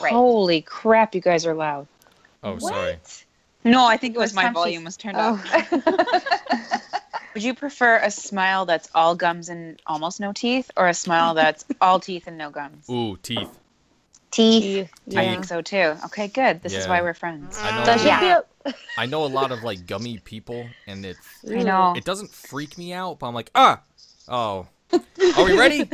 Right. Holy crap, you guys are loud. Oh, sorry. No, I think it was First my time she's- volume was turned Oh. off. Would you prefer a smile that's all gums and almost no teeth or a smile that's all teeth and no gums? Ooh, teeth. Teeth. Teeth. I Yeah. think so too. Okay, good. This is Yeah. why we're friends. I know. That should Yeah. I know a lot of like gummy people, and it be a. I know. it doesn't freak me out, but I'm like, ah, oh. Are we ready?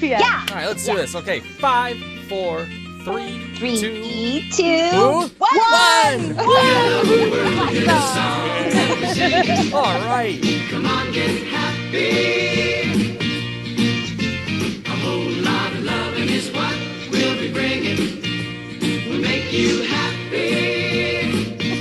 yeah. All right, let's do this. Okay, five, four, three, Three, two, two, two, one. All right.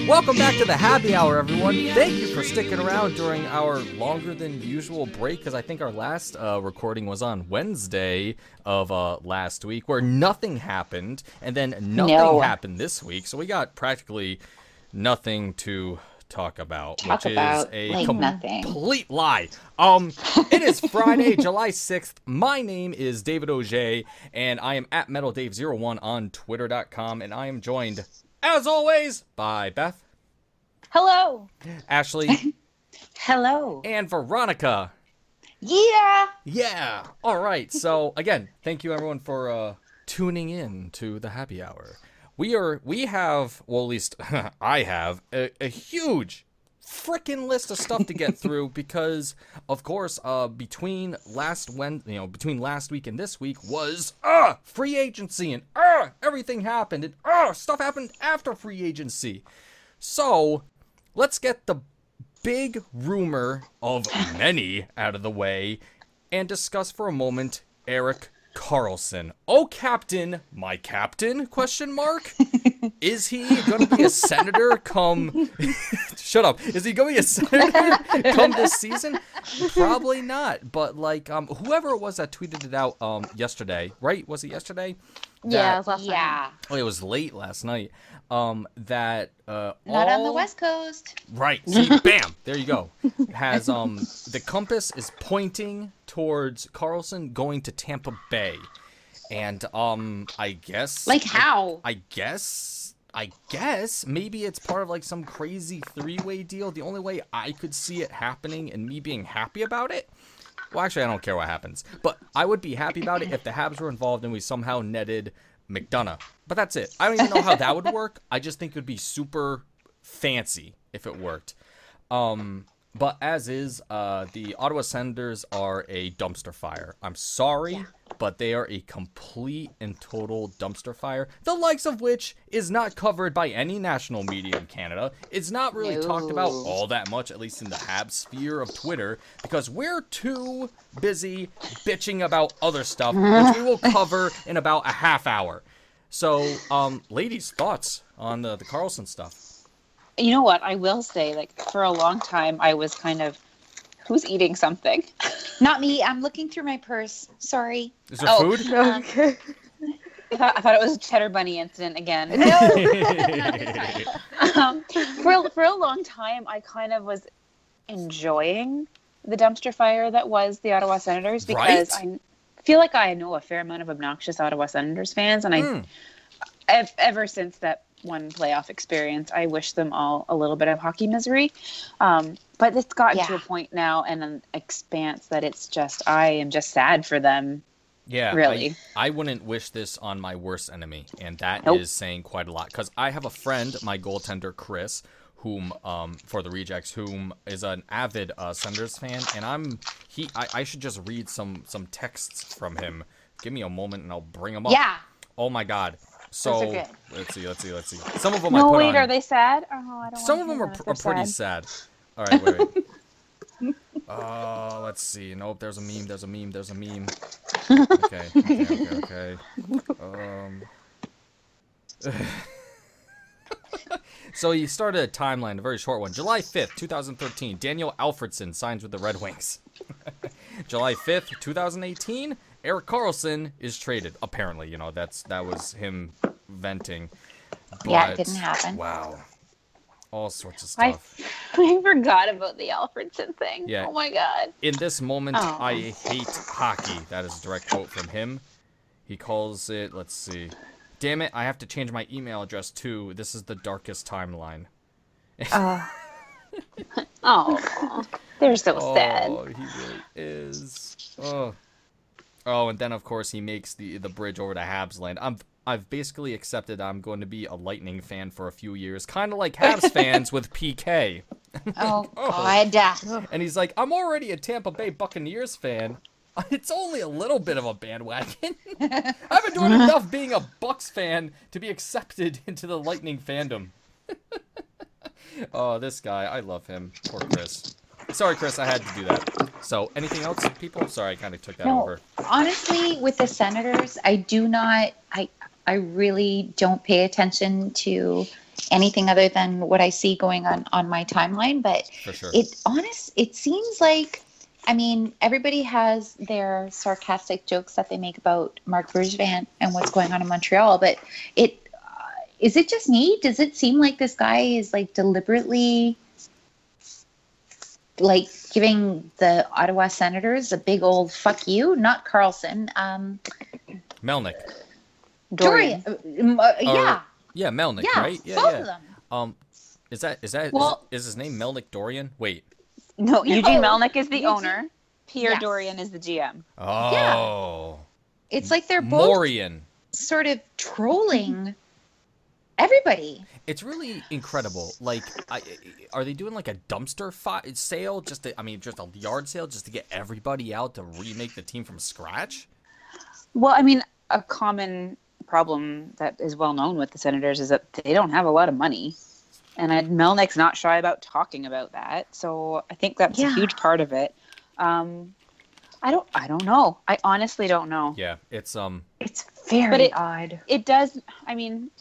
Welcome back to the happy hour, everyone. Thank you for sticking around during our longer than usual break because I think our last uh, recording was on Wednesday of uh, last week where nothing happened, and then nothing No. happened this week. So we got practically nothing to talk about, Talk which about is a like com- nothing. complete lie. Um, it is Friday, July 6th. My name is David Auger, and I am at MetalDave01 on Twitter.com, and I am joined, as always, by Beth, Hello. Ashley, Hello. and Veronica. Yeah. Yeah. All right. So again, thank you everyone for uh, tuning in to the happy hour. We are we have well at least I have a, a huge freaking list of stuff to get through because of course uh between last when you know between last week and this week was uh free agency and uh everything happened and uh stuff happened after free agency. So let's get the big rumor of many out of the way and discuss for a moment Eric Carlson. Oh, Captain, my Captain? Question mark. Is he going to be a senator come? Shut up. Is he going to be a senator come this season? Probably not. But like, um, whoever it was that tweeted it out um yesterday, right? Was it yesterday? Yeah. it That- was last night. Yeah. oh, it was late last night. Um, that uh, Not on the all- West Coast. Right. See, bam. There you go. Has um the compass is pointing towards Carlson going to Tampa Bay, and um I guess Like how? I guess I guess maybe it's part of like some crazy three-way deal. The only way I could see it happening and me being happy about it. Well, actually, I don't care what happens, but I would be happy about it if the Habs were involved and we somehow netted McDonough. But that's it. I don't even know how that would work. I just think it would be super fancy if it worked. Um, but as is, uh, the Ottawa Senators are a dumpster fire. I'm sorry, but they are a complete and total dumpster fire. The likes of which is not covered by any national media in Canada. It's not really talked about No. all that much, at least in the Habs sphere of Twitter, because we're too busy bitching about other stuff, which we will cover in about a half hour. So, um, ladies, thoughts on the, the Carlson stuff? You know what? I will say, like, for a long time, I was kind of, who's eating something? Not me. I'm looking through my purse. Sorry. Is there Oh, food? No, okay. I thought, I thought it was a cheddar bunny incident again. um, for for a long time, I kind of was enjoying the dumpster fire that was the Ottawa Senators because Right? I feel like I know a fair amount of obnoxious Ottawa Senators fans, and I Mm. ev- ever since that one playoff experience, I wish them all a little bit of hockey misery. Um, but it's gotten to Yeah. a point now and an expanse that it's just I am just sad for them. Yeah, I- Really. I, wouldn't wish this on my worst enemy, and that is Nope. saying quite a lot. Because I have a friend, my goaltender Chris, whom um for the Rejects, whom is an avid uh, Senators fan, and I'm he. I, I should just read some some texts from him. Give me a moment, and I'll bring them up. Yeah. Oh my God. So good. let's see, let's see, let's see. Some of them I no, put wait, on. are they sad? Oh, I don't. Some of wanna them hear are, that if pr- they're are pretty sad. sad. All right, wait, wait. uh, let's see. Nope, there's a meme. There's a meme. There's a meme. Okay, okay, okay, okay. Um. so he started a timeline, a very short one. July 5th, 2013, Daniel Alfredson signs with the Red Wings. July 5th, 2018, Eric Carlson is traded. Apparently, you know, that's that was him venting. Yeah, it But- didn't happen. Wow. All sorts of I, stuff. I forgot about the Alfredson thing. Yeah. Oh my god. In this moment, Aw. I hate hockey. That is a direct quote from him. He calls it, let's see, damn it, I have to change my email address to this is the darkest timeline. Oh, they're so sad. Oh, he really is. Oh. Oh, and then of course he makes the the bridge over to Habs land. I'm I've basically accepted I'm going to be a Lightning fan for a few years, kind of like Habs fans with PK. Oh, Oh. God. And he's like, I'm already a Tampa Bay Buccaneers fan. It's only a little bit of a bandwagon. I've been doing enough being a Bucks fan to be accepted into the Lightning fandom. oh, this guy, I love him. Poor Chris. Sorry, Chris, I had to do that. So, anything else, people? Sorry, I kind of took that No. over. Honestly, with the senators, I do not, I, I really don't pay attention to anything other than what I see going on on my timeline. But For sure. it honest it seems like i mean everybody has their sarcastic jokes that they make about mark bergevin and what's going on in montreal but it uh, is it just me does it seem like this guy is like deliberately like giving the ottawa senators a big old fuck you not carlson um Melnick. dorian, Uh, uh, yeah Yeah, Melnick, yeah right? Yeah, both yeah. of them Um, is that is that is Well- is his name Melnick Dorian? Wait. No, Eugene Melnick is the Eugene- owner. Pierre Yes. Dorian is the GM. Oh. it's like they're both Morian. sort of trolling everybody It's really incredible. Like, I, are they doing like a dumpster fi- sale? Just to, I mean, just a yard sale just to get everybody out to remake the team from scratch? Well, I mean, a common problem that is well known with the Senators is that they don't have a lot of money. And I, Melnick's not shy about talking about that. So I think that's Yeah. a huge part of it. Um, I don't I don't know. I honestly don't know. Yeah, it's um. It's very But it- odd. It does I mean,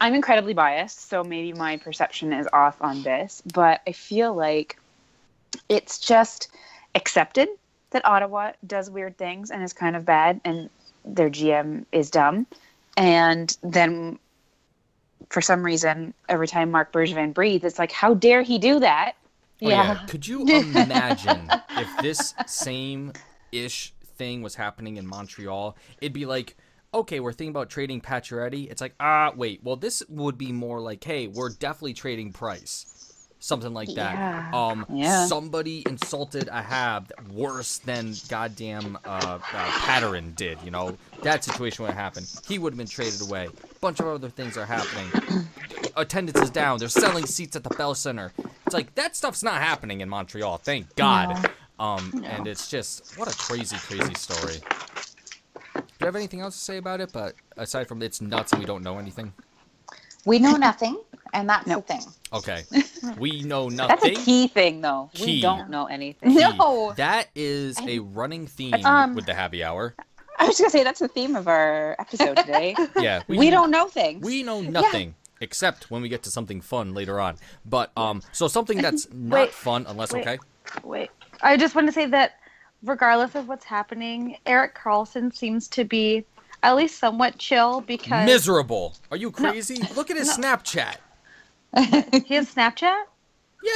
I'm incredibly biased, so maybe my perception is off on this, but I feel like it's just accepted that Ottawa does weird things and is kind of bad and their GM is dumb. And then for some reason, every time Mark Bergevin breathes, it's like, how dare he do that? oh, yeah. Could you imagine if this same ish thing was happening in Montreal? It'd be like, okay, we're thinking about trading Pacioretty. It's like, ah, wait. Well, this would be more like, hey, we're definitely trading Price, something like that. Yeah. Um, Yeah. somebody insulted a Hab worse than goddamn uh, uh, Patterin did. You know that situation would happen. He would have been traded away. Bunch of other things are happening. Attendance is down. They're selling seats at the Bell Center. It's like that stuff's not happening in Montreal. Thank God. Um, and it's just what a crazy, crazy story. Do you have anything else to say about it? But aside from it's nuts and we don't know anything. We know nothing, and that's the thing. Okay, we know That's a nothing. key thing, though. Uh, Key. We don't know anything. Key. No. that is a running theme Um, with the happy hour. I was going to say that's the theme of our episode today. Yeah, we, don't know things. We know nothing except when we get to something fun later on. But um, so something that's not Wait, fun unless wait. okay. Wait, I just want to say that regardless of what's happening, Eric Carlson seems to be at least somewhat chill because Miserable. Are you crazy? Look at his Snapchat. he has Snapchat.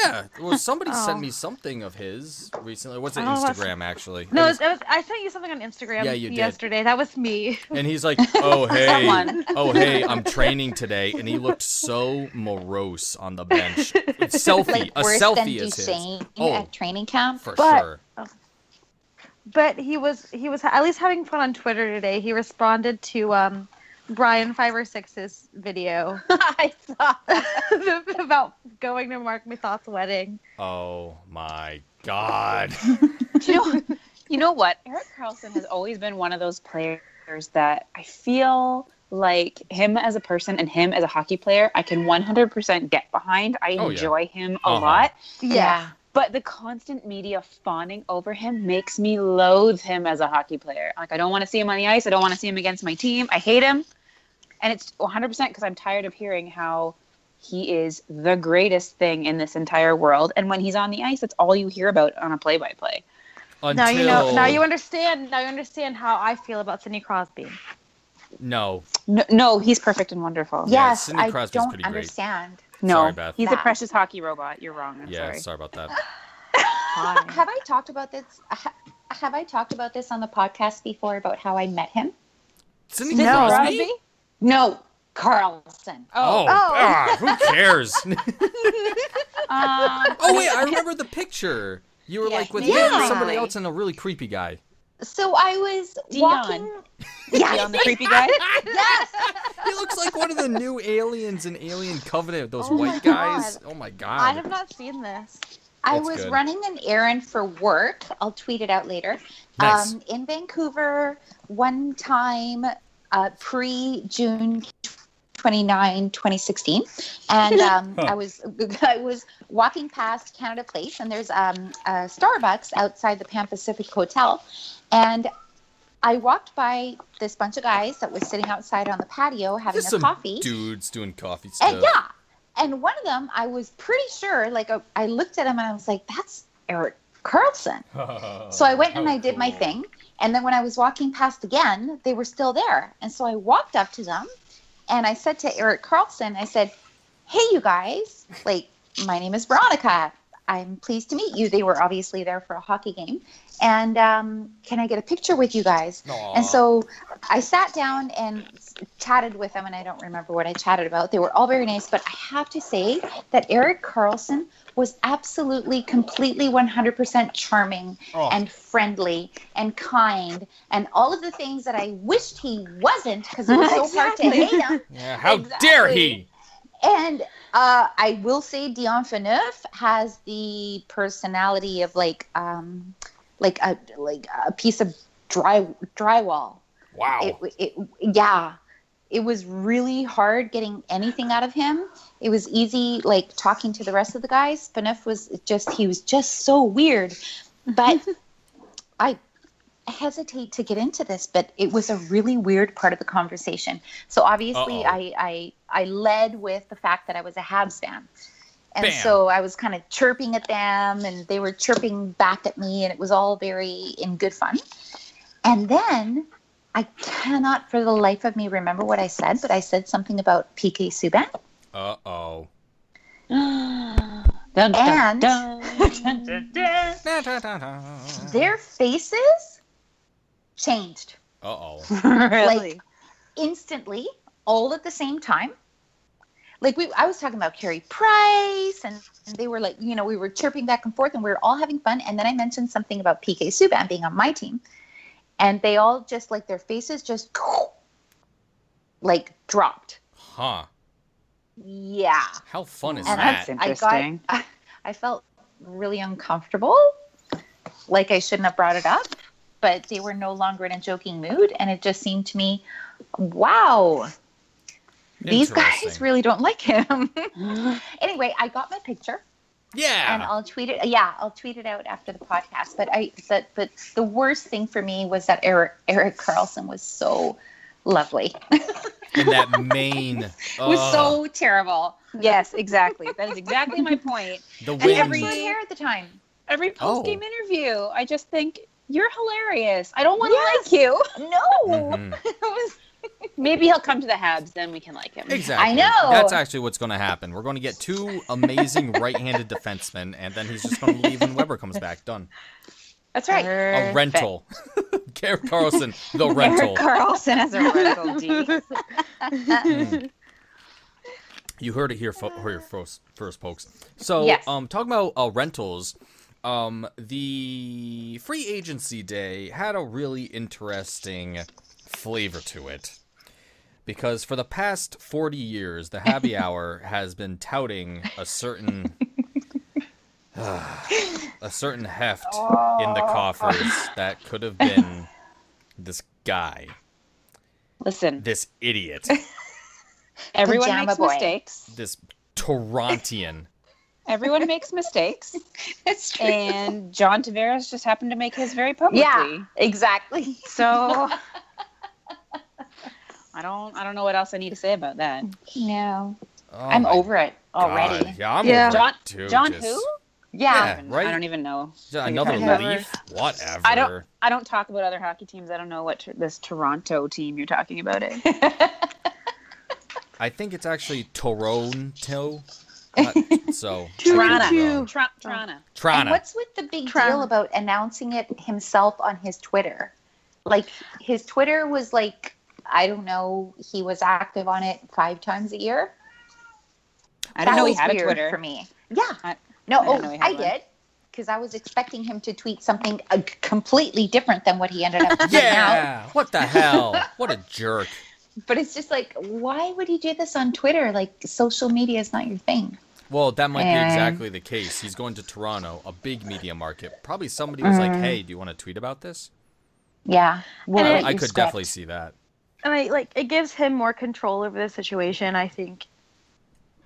Yeah. Well, somebody sent Oh. me something of his recently. What's it? I don't know what's- Instagram actually. No, It was- it was, I sent you something on Instagram Yeah, you did. yesterday. That was me. and he's like, "Oh hey, Someone. oh hey, I'm training today," and he looked so morose on the bench. Selfie, Like a worse than selfie is his. Duchesne Oh. at training camp. For But- sure. But he was he was at least having fun on Twitter today. He responded to um, Brian five or six's video I saw about going to Mark Mathot's wedding. Oh my god. you know, you know what? Eric Carlson has always been one of those players that I feel like him as a person and him as a hockey player, I can 100% get behind. I Oh, yeah. enjoy him a Uh-huh. lot, Yeah. but the constant media fawning over him makes me loathe him as a hockey player. Like I don't want to see him on the ice. I don't want to see him against my team. I hate him. And it's 100% because I'm tired of hearing how he is the greatest thing in this entire world. And when he's on the ice, that's all you hear about on a play by play. Until Now you know. Now you understand. Now you understand how I feel about Sidney Crosby. No. No, no, he's perfect and wonderful. Yeah, Yes, Sidney I Crosby's don't pretty great. understand. No, Sorry, Beth. he's a That- precious hockey robot. You're wrong. I'm Yeah, sorry. sorry about that. Have I talked about this? ha- Have I talked about this on the podcast before about how I met him? Sidney No. Crosby? No, Carlson. Oh, Oh, Oh. ah, who cares? um, oh wait, I remember the picture. You were Yeah, like with maybe him, I- somebody else, and a really creepy guy. So I was Dion. walking. Yes. Dion the creepy guy. Yes. He looks like one of the new aliens in Alien Covenant. Those Oh my white guys. Oh my god. I have um, not seen this. I That's was good. running running an errand for work. I'll tweet it out later. Nice. Um, in Vancouver, one time uh, pre June 29, 2016. And um, I was I was walking past Canada Place, and there's um, a Starbucks outside the Pan Pacific Hotel. And I walked by this bunch of guys that was sitting outside on the patio having Just a some coffee. dudes doing coffee stuff. And yeah, and one of them, I was pretty sure. Like uh, I looked at him and I was like, "That's Eric Carlson." Oh, so I went and I did my thing. And then when I was walking past again, they were still there. And so I walked up to them, and I said to Eric Carlson, "I said, hey, you guys, like my name is Veronica." I'm pleased to meet you. They were obviously there for a hockey game. And um, can I get a picture with you guys? Aw. And so I sat down and chatted with them, and I don't remember what I chatted about. They were all very nice, but I have to say that Eric Carlson was absolutely, completely, 100% charming Oh. and friendly and kind and all of the things that I wished he wasn't because it was so hard to Exactly. hate him. Yeah, how dare he? And uh, I will say Dion Phaneuf has the personality of like um, like a like a piece of dry drywall. Wow. It, it yeah, it was really hard getting anything out of him. It was easy like talking to the rest of the guys. Phaneuf was just he was just so weird, but I hesitate to get into this, but it was a really weird part of the conversation. So obviously, Uh-oh. I, I I led with the fact that I was a Habs fan, and Bam. so I was kind of chirping at them, and they were chirping back at me, and it was all very in good fun. And then I cannot, for the life of me, remember what I said, but I said something about PK Subban. Uh oh. Dun, And- dun, dun, dun. Uh Their faces changed oh. really? instantly, all at the same time. Like we, I was talking about Carrie Price, and, and they were like, you know, we were chirping back and forth, and we were all having fun. And then I mentioned something about PK Subban being on my team, and they all just like their faces just like dropped. Huh. Yeah. How fun is And that? That's interesting. I got, I felt really uncomfortable, like I shouldn't have brought it up, but they were no longer in a joking mood, and it just seemed to me, wow, these guys Interesting. really don't like him. anyway, I got my picture, and Yeah. I'll tweet it. Yeah, I'll tweet it out after the podcast. But I, that, but the worst thing for me was that Eric Eric Carlson was so lovely. And that uh, mane. It was Ugh, so terrible. yes, exactly. That is exactly my point. the And wind. he had Whims. short hair at the time. Every Oh. post game interview, I just think you're hilarious. I don't want to Yes. like you. No. Mhm. It was Maybe he'll come to the Habs, then we can like him. Exactly. I know. That's actually what's going to happen. We're going to get two amazing right-handed defensemen, and then he's just going to leave when Weber comes back. Done. That's right. A rental. Garrett Carlson, the rental. Eric Carlson as a rental. Mm. You heard it here, fo- here first, first, folks. So, Yes. um, talking about uh, rentals, um, the free agency day had a really interesting flavor to it because for the past 40 years, the Happy Hour has been touting a certain. a certain heft in the coffers that could have been this guy, Listen, this idiot. everyone Pajama makes boy. mistakes. this Torontian. Everyone makes mistakes. That's true. And John Tavares just happened to make his very publicly. yeah, exactly. So I don't I don't know what else I need to say about that. No, Oh I'm my over it already. God. Yeah, I'm Yeah. over John it too. John just- who? Yeah. Yeah, right? I don't even know. Yeah, Another Whatever. leaf? Whatever. I don't- I don't talk about other hockey teams. I don't know what t- this Toronto team you're talking about is. I think it's actually Toronto. Not- so. Toronto. I could be wrong. Tr- Toronto. And Toronto. what's with the big Tron. deal about announcing it himself on his Twitter? Like his Twitter was like I don't know. He was active on it five times a year. I don't know he was had a weird Twitter. for me. Yeah. I- no, I didn't know oh, he had I one. did because I was expecting him to tweet something uh, c- completely different than what he ended up tweeting out. Yeah. What the hell? What a jerk. But it's just like, why would he do this on Twitter? Like, social media is not your thing. Well, that might be And- exactly the case. He's going to Toronto, a big media market. Probably somebody was Mm. like, "Hey, do you want to tweet about this?" Yeah. Well, Look it- at I your could script. definitely see that. and I like it gives him more control over the situation, I think,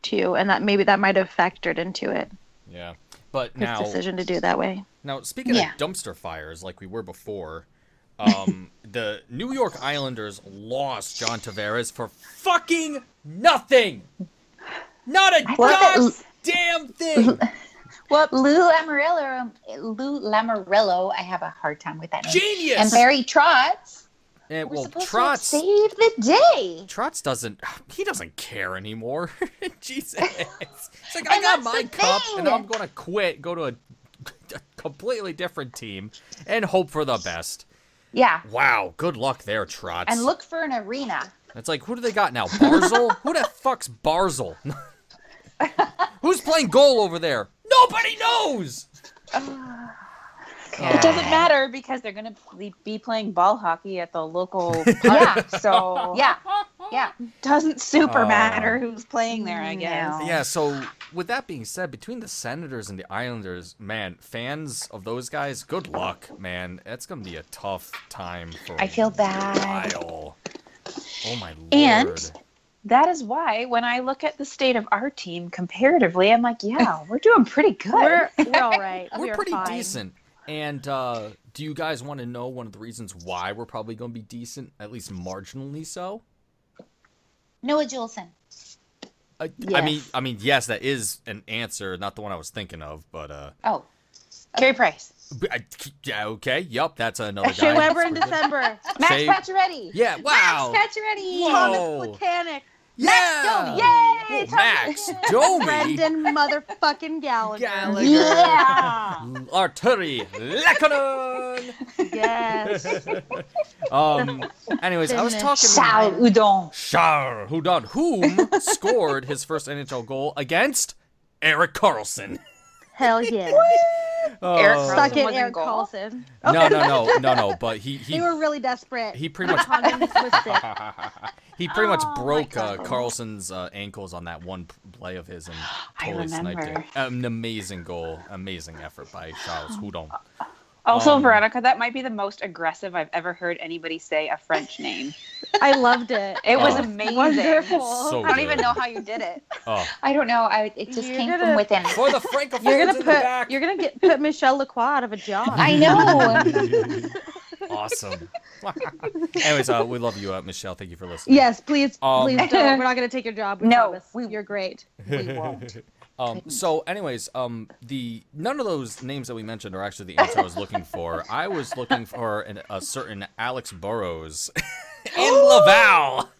too, and that maybe that might have factored into it Yeah. But his now, decision to do it that way. now speaking Yeah. of dumpster fires, like we were before, um, the New York Islanders lost John Tavares for fucking nothing. Not a thought that- goddamn thing. Well, Lou Amarillo, Lou Lamarillo, I have a hard time with that name. Genius. And Barry Trotz. And, We're well, supposed Trotz. to save the day. Trotz doesn't. He doesn't care anymore. Jesus. It's like I And got that's my the cup, thing. and now I'm gonna quit, go to a, a completely different team, and hope for the best. Yeah. Wow. Good luck there, Trotz. And look for an arena. It's like who do they got now? Barzel. who the fuck's Barzel? Who's playing goal over there? Nobody knows. It doesn't matter because they're going to be playing ball hockey at the local park. Yeah. So Yeah. Yeah. doesn't super Oh. matter who's playing there, I Mm, No. guess. Um, Yeah, so with that being said, between the Senators and the Islanders, man, fans of those guys, good luck, man. That's gonna be a tough time for I feel a bad. while. Oh my lord. And- That is why when I look at the state of our team comparatively, I'm like, yeah, we're doing pretty good. We're we're all right. we're We are pretty fine. decent. And uh, do you guys want to know one of the reasons why we're probably gonna be decent, at least marginally so? Noah Juleson. I, I Yes. mean, I mean, yes, that is an answer, not the one I was thinking of, but uh, Oh. Carey Price. but I- yeah, okay, yup, that's another Shea guy. Weber in We're good. December. Max Say- Pacioretty. Yeah, wow. Max Pacioretty. Whoa. Panic. Yeah. Yay. Whoa, Max Domi. Brendan motherfucking Gallagher. Gallagher. Yeah. Arturi Lekkonen. Yes. Um. Anyways, I was talking. Shao Udon. Shar Houdon, whom scored his first NHL goal against Eric Carlson. Hell yeah. Eric Uh, Carlson Suck it, was in Eric goal? Carlson. No, no, no, no, no. But he he They were really desperate. he pretty much Condon was sick. he pretty much Oh, my broke uh, God. Carlson's uh, ankles on that one p- play of his and I totally sniped it. remember. An amazing goal, amazing effort by Charles Houdon. Also, Um, Veronica, that might be the most aggressive I've ever heard anybody say a French name. I loved it. It was Oh. amazing. Wonderful. So I don't good. even know how you did it. Oh. I don't know. I, it just You're came gonna- from within. For the Francophones You're gonna in the put back. you're gonna get put Michelle Lacroix out of a job. I know. awesome. Anyways, uh, we love you, uh, Michelle. Thank you for listening. Yes, please, Um, please don't. We're not gonna take your job. We No, promise. we- you're great. We won't. Um, so, anyways, um, the none of those names that we mentioned are actually the answer I was looking for. I was looking for an, a certain Alex Burrows in Laval.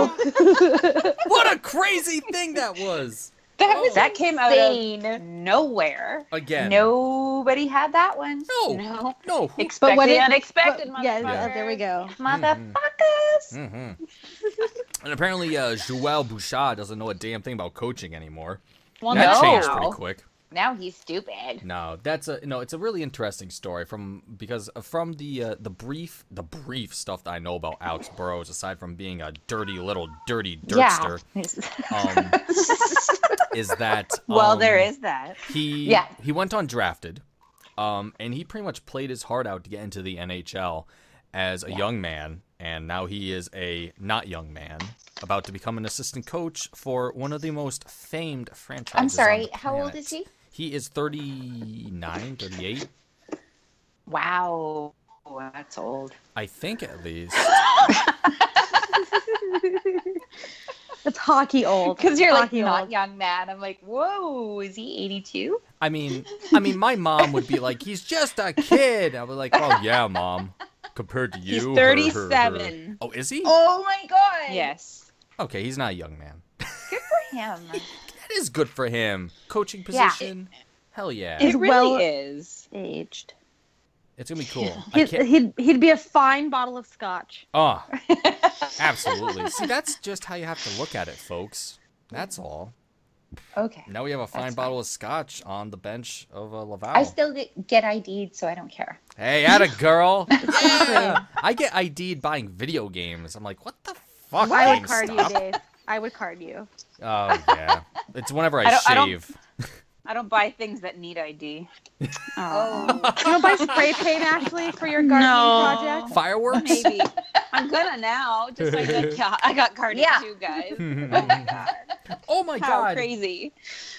what a crazy thing that was! that was That came out of insane. nowhere. Again, Nobody had that one. no, no. Hmm, No. who- Expect what the if- unexpected, But- yes, motherfuckers. oh, there we go. Motherfuckers. Mhm. and apparently, uh, Joel Bouchard doesn't know a damn thing about coaching anymore. Well, that no. changed pretty quick. Now he's stupid. No, that's a no. It's a really interesting story from because from the uh, the brief the brief stuff that I know about Alex Burrows, aside from being a dirty little dirty dirtster, um, is that Well, um, there is that. he Yeah. he went undrafted, um, and he pretty much played his heart out to get into the NHL as a young man, and now he is a not young man about to become an assistant coach for one of the most famed franchises. I'm on sorry. the How old planet. is he? He is 39, 38, Wow. That's old. I think at least. It's hockey old. Because you're like Hockey not old. young man. I'm like, whoa, is he 82? I mean, I mean, my mom would be like, "He's just a kid." I was like, "Oh yeah, mom." Compared to you, He's her, her, her. 37. Oh, is he? Oh my god. Yes. Okay, he's not a young man. For him. That is good for him. Coaching Yeah. position. Hell yeah. It He's really well- is. Aged. It's gonna be cool. I He'd, can't. he'd he'd be a fine bottle of scotch. Ah, absolutely. See, that's just how you have to look at it, folks. That's all. Okay. Now we have a fine That's bottle of scotch on the bench of a Laval. I still get, get ID'd, so I don't care. Hey, at a girl. Yeah. I get ID'd buying video games. I'm like, what the fuck? I would card GameStop? you, Dave. I would card you. Oh yeah, it's whenever I, I don't- I don't- shave. I don't buy things that need ID. Oh. Oh, You don't buy spray paint, Ashley, for your gardening No. project. Fireworks. Maybe I'm gonna now. Just like like, yeah, I got carded Yeah. too, guys. oh my How god. crazy!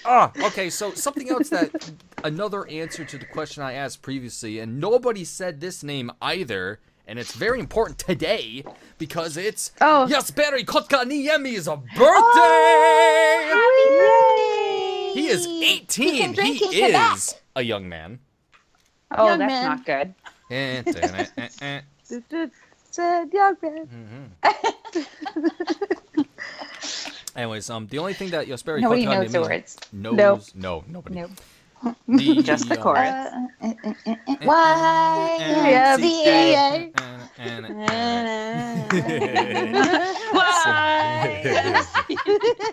Ah, okay. So something else that another answer to the question I asked previously, and nobody said this name either, and it's very important today because it's Oh. Yasberi Kotkaniemi's birthday. Happy birthday! He is Oh, He can 18. He, drink in Quebec. is a young man. Oh, Young that's man. not good. Eh, eh, eh, eh. Said young man. Anyways, um, the only thing that Yasberi Nobody knows the Kotkaniemi words. Knows, Nope. No, nobody. Nope. The, Just the um, chorus. Uh, uh, uh, uh, uh, Why? Yeah, Yeah.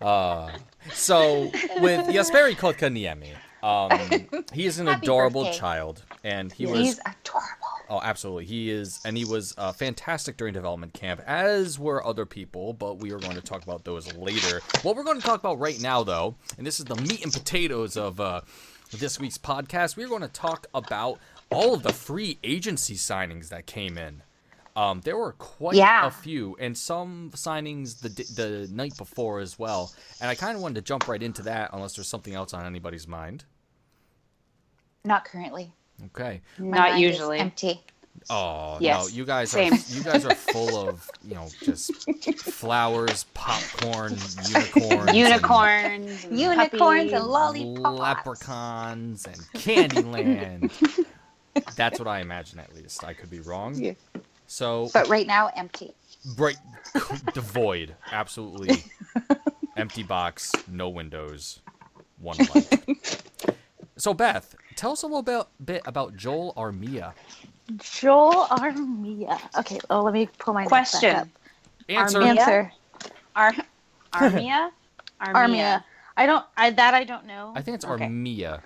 Uh, so with Yasperi Kotkaniemi, um, he is an Happy adorable birthday. child, and he was He's adorable. Oh, absolutely. He is, and he was uh, fantastic during development camp, as were other people, but we are going to talk about those later. What we're going to talk about right now, though, and this is the meat and potatoes of uh, this week's podcast, we're going to talk about all of the free agency signings that came in. Um, there were quite Yeah. a few, and some signings the d- the night before as well. And I kind of wanted to jump right into that, unless there's something else on anybody's mind. Not currently. Okay. My not mind is usually. Empty. Oh Yes. no, you guys Same. are you guys are full of you know just flowers, popcorn, unicorns, and Unicorns, and Unicorns and puppies. lollipops. leprechauns, and Candyland. That's what I imagine, at least. I could be wrong. Yeah. So But right now, empty. break devoid, absolutely empty box, no windows, one light. So Beth, tell us a little bit, bit about Joel Armia. Joel Armia. Okay. Oh, let me pull my notes back up. Question: Answer. Armia? Answer. Ar- Armia? Armia. I don't. I that I don't know. I think it's Okay. Armia.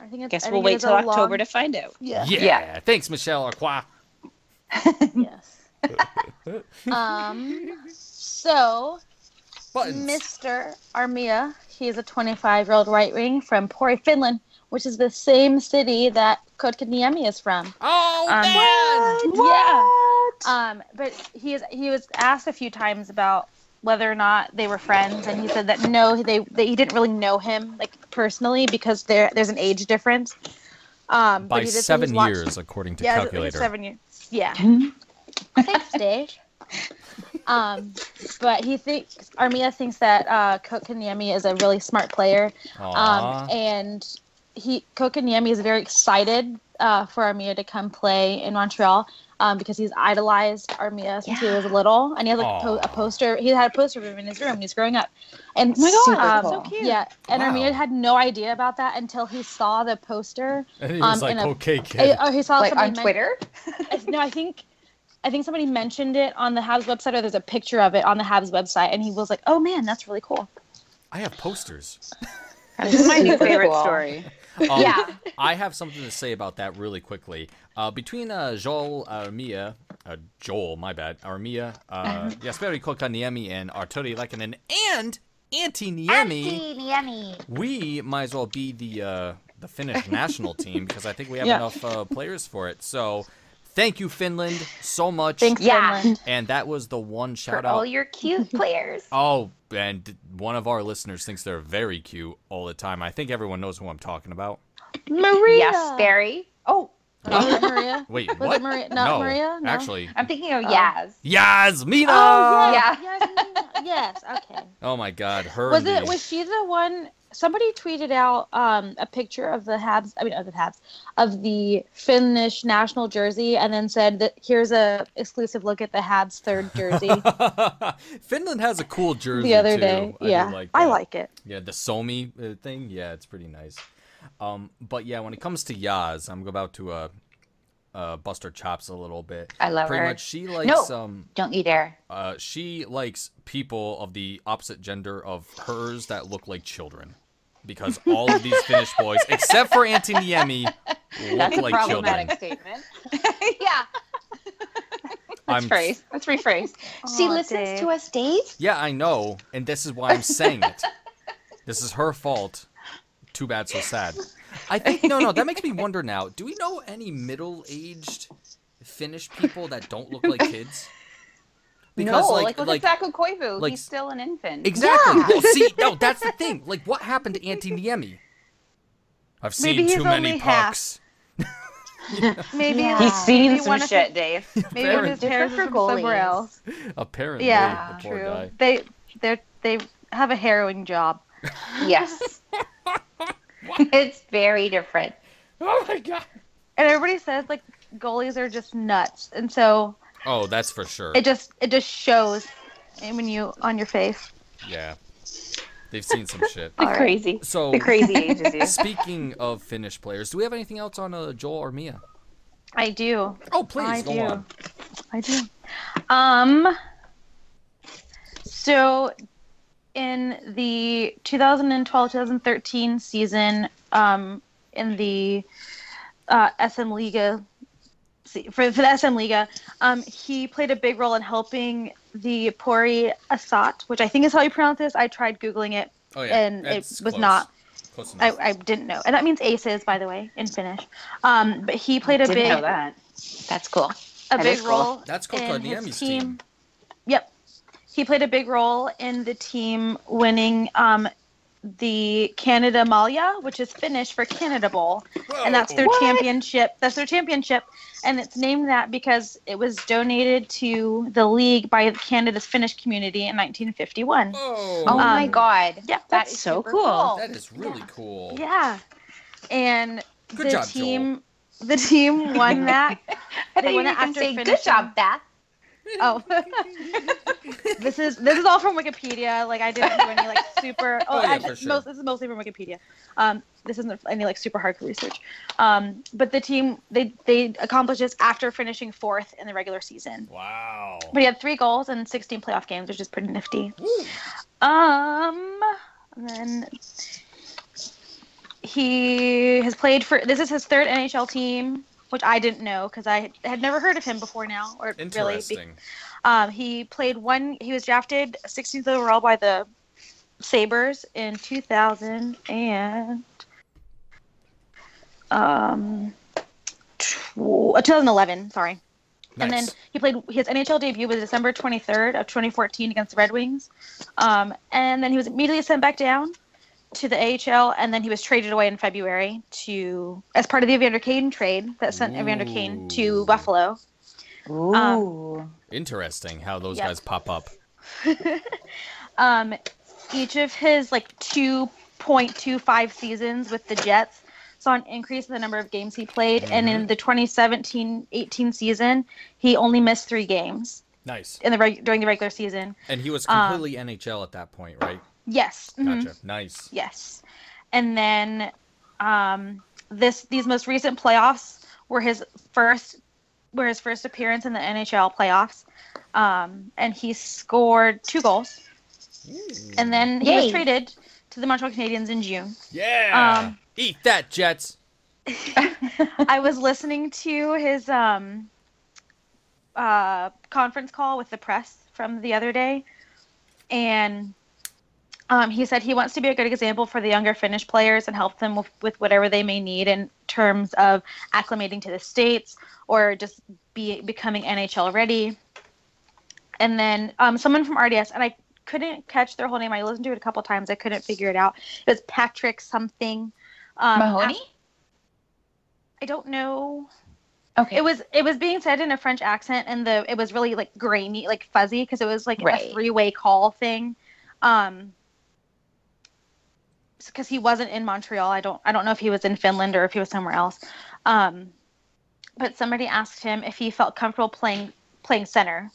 I think it's. Guess I we'll think it wait is till a October long- to find out. Yeah. Yeah. Yeah. Thanks, Michelle Arqua. yes. um. So, Buttons. Mr. Armia, he is a 25-year-old right wing from Pori, Finland, which is the same city that Kotkaniemi is from. Oh Um, man! Yeah. Um, but he is he was asked a few times about whether or not they were friends, and he said that no, they, they he didn't really know him like personally because there there's an age difference. Um, but By he did say he's seven watched- years, according to yeah, it's- it's calculator. seven years. Yeah. Um, Thanks, Dave. Um, but he thinks Armia thinks that uh, Kokaniemi is a really smart player Aw. um, and he Kokaniemi is very excited uh, for Armia to come play in Montreal um, because he's idolized Armia since he was little, and he has like a, po- Aw. a poster. He had a poster of him in his room. when He was growing up, and Oh my God, um, so cute. Yeah, and Wow. Armia had no idea about that until he saw the poster. and he um, was like, in a- "Okay, I- kid." oh, he saw Like somebody on men- Twitter? I- no, I think I think somebody mentioned it on the Habs website, or there's a picture of it on the Habs website, and he was like, "Oh man, that's really cool." I have posters. This is my new Super favorite cool. story. Um, Yeah. I have something to say about that really quickly. Uh, between uh, Joel Armia, uh, Joel, my bad, Armia, uh, Jasperi Kokaniemi, and Arturi Lekkonen, and Antti Niemi, Empty, yummy. we might as well be the uh, the Finnish national team because I think we have Yeah. enough uh, players for it. So, thank you, Finland, so much. Thanks, Yeah. Finland. And that was the one shout For out. all your cute players. oh, and one of our listeners thinks they're very cute all the time. I think everyone knows who I'm talking about. Maria. Yes, Barry. Oh, Was it Maria? Wait, Was what? it Maria? Not no, Maria? No. actually, I'm thinking of Oh. Yaz. Yasmina. Oh yeah, Yeah. yes, yes, yes, yes, Okay. Oh my God, her. Was and it? me. Was she the one? Somebody tweeted out um, a picture of the Habs. I mean, of the Habs, of the Finnish national jersey, and then said that here's a exclusive look at the Habs third jersey Finland has a cool jersey the other too. day. I do yeah, like I that. like it. Yeah, the Somi uh, thing. Yeah, it's pretty nice. Um, but yeah, when it comes to Yaz, I'm about to uh, uh, bust her chops a little bit. I love Pretty her. much, she likes um, Don't you dare. uh, she likes people of the opposite gender of hers that look like children, because all of these Finnish boys, except for Antiniemi, look That's a like children. problematic statement. yeah. Let's I'm- phrase. Let's rephrase. she Aw, listens Dave. to us, Dave. Yeah, I know, and this is why I'm saying it. this is her fault. Too bad, so sad. I think no, no. That makes me wonder now. Do we know any middle-aged Finnish people that don't look like kids? no, like, look at Saku Koivu. like- He's still an infant. Exactly. Yeah. Well, see, no, that's the thing. Like, what happened to Auntie Niemi? I've seen Maybe too he's many only half. pucks. Maybe Yeah. it's- He's maybe one of his- Dave. Maybe one of Different his parents for is from somewhere goalies. else. Apparently, Yeah, the poor true. guy. They they they have a harrowing job. Yes. it's very different. Oh my god. And everybody says like goalies are just nuts, and so Oh, that's for sure. it just it just shows when you on your face. Yeah, they've seen some shit. The All right. crazy. So, The crazy agency. speaking of Finnish players, do we have anything else on uh, Joel or Mia? I do, Oh, please I go do. on. I do. Um. So, in the 2012-2013 season, um, in the uh, SM Liga, see, for, for the SM Liga, um, he played a big role in helping the Pori Asat, which I think is how you pronounce this. I tried googling it, Oh yeah, and it that's was close. not. Close I, enough. I didn't know, and that means aces, by the way, in Finnish. Um, but he played a Didn't big know that. That's cool. a That big is cool. role. that's called in his Niemi's team. team. Yep, he played a big role in the team winning um, the Canada Malja, which is Finnish for Canada Bowl, and that's their Oh. What? championship. That's their championship, and it's named that because it was donated to the league by Canada's Finnish community in 1951. Oh, Oh my Um, god. Yeah, That's is so super cool. cool. that is really cool. yeah, and Good the job, Joel. team. The team won that. I thought They you were going went to after say, good finishing- job, Beth. Oh, this is this is all from Wikipedia. Like I didn't do any like super. Oh, Oh, yeah, I- for sure. most, this is mostly from Wikipedia. Um, this isn't any like super hardcore research. Um, but the team they they accomplished this after finishing fourth in the regular season. Wow. But he had three goals and 16 playoff games, which is pretty nifty. Woo. Um, and then he has played for. This is his third NHL team, which I didn't know because I had never heard of him before now, or really be- Interesting. um, he played one. He was drafted 16th overall by the Sabers in 2000 and um, tw- uh, 2011. Sorry. And then Nice. he played his NHL debut was December 23rd of 2014 against the Red Wings, um, and then he was immediately sent back down to the AHL, and then he was traded away in February to as part of the Evander Kane trade that sent Evander Kane Ooh. to Buffalo. Um, Ooh. Um, Um, Interesting how those Yeah. guys pop up. um, each of his like 2.25 seasons with the Jets saw an increase in the number of games he played, and in the 2017-18 season, he only missed three games Nice. in the reg- during the regular season. And he was Um, completely NHL at that point, right? Yes, mhm, Gotcha. Nice. yes, and then um, this these most recent playoffs were his first were his first appearance in the NHL playoffs, um, and he scored two goals, and then he Yay. was traded. To the Montreal Canadiens in June. Yeah. um, Eat that, Jets. I was listening to his um, uh, conference call with the press from the other day, and um, he said he wants to be a good example for the younger Finnish players and help them with, with whatever they may need in terms of acclimating to the states or just be becoming NHL ready. And then um, someone from RDS, and I couldn't catch their whole name. I listened to it a couple times. I couldn't figure it out. It was Patrick something. Um, Mahoney? I don't know Okay. it was it was being said in a french accent and the it was really like grainy like fuzzy because it was like Right. a three-way call thing um because he wasn't in montreal i don't i don't know if he was in finland or if he was somewhere else um but somebody asked him if he felt comfortable playing playing center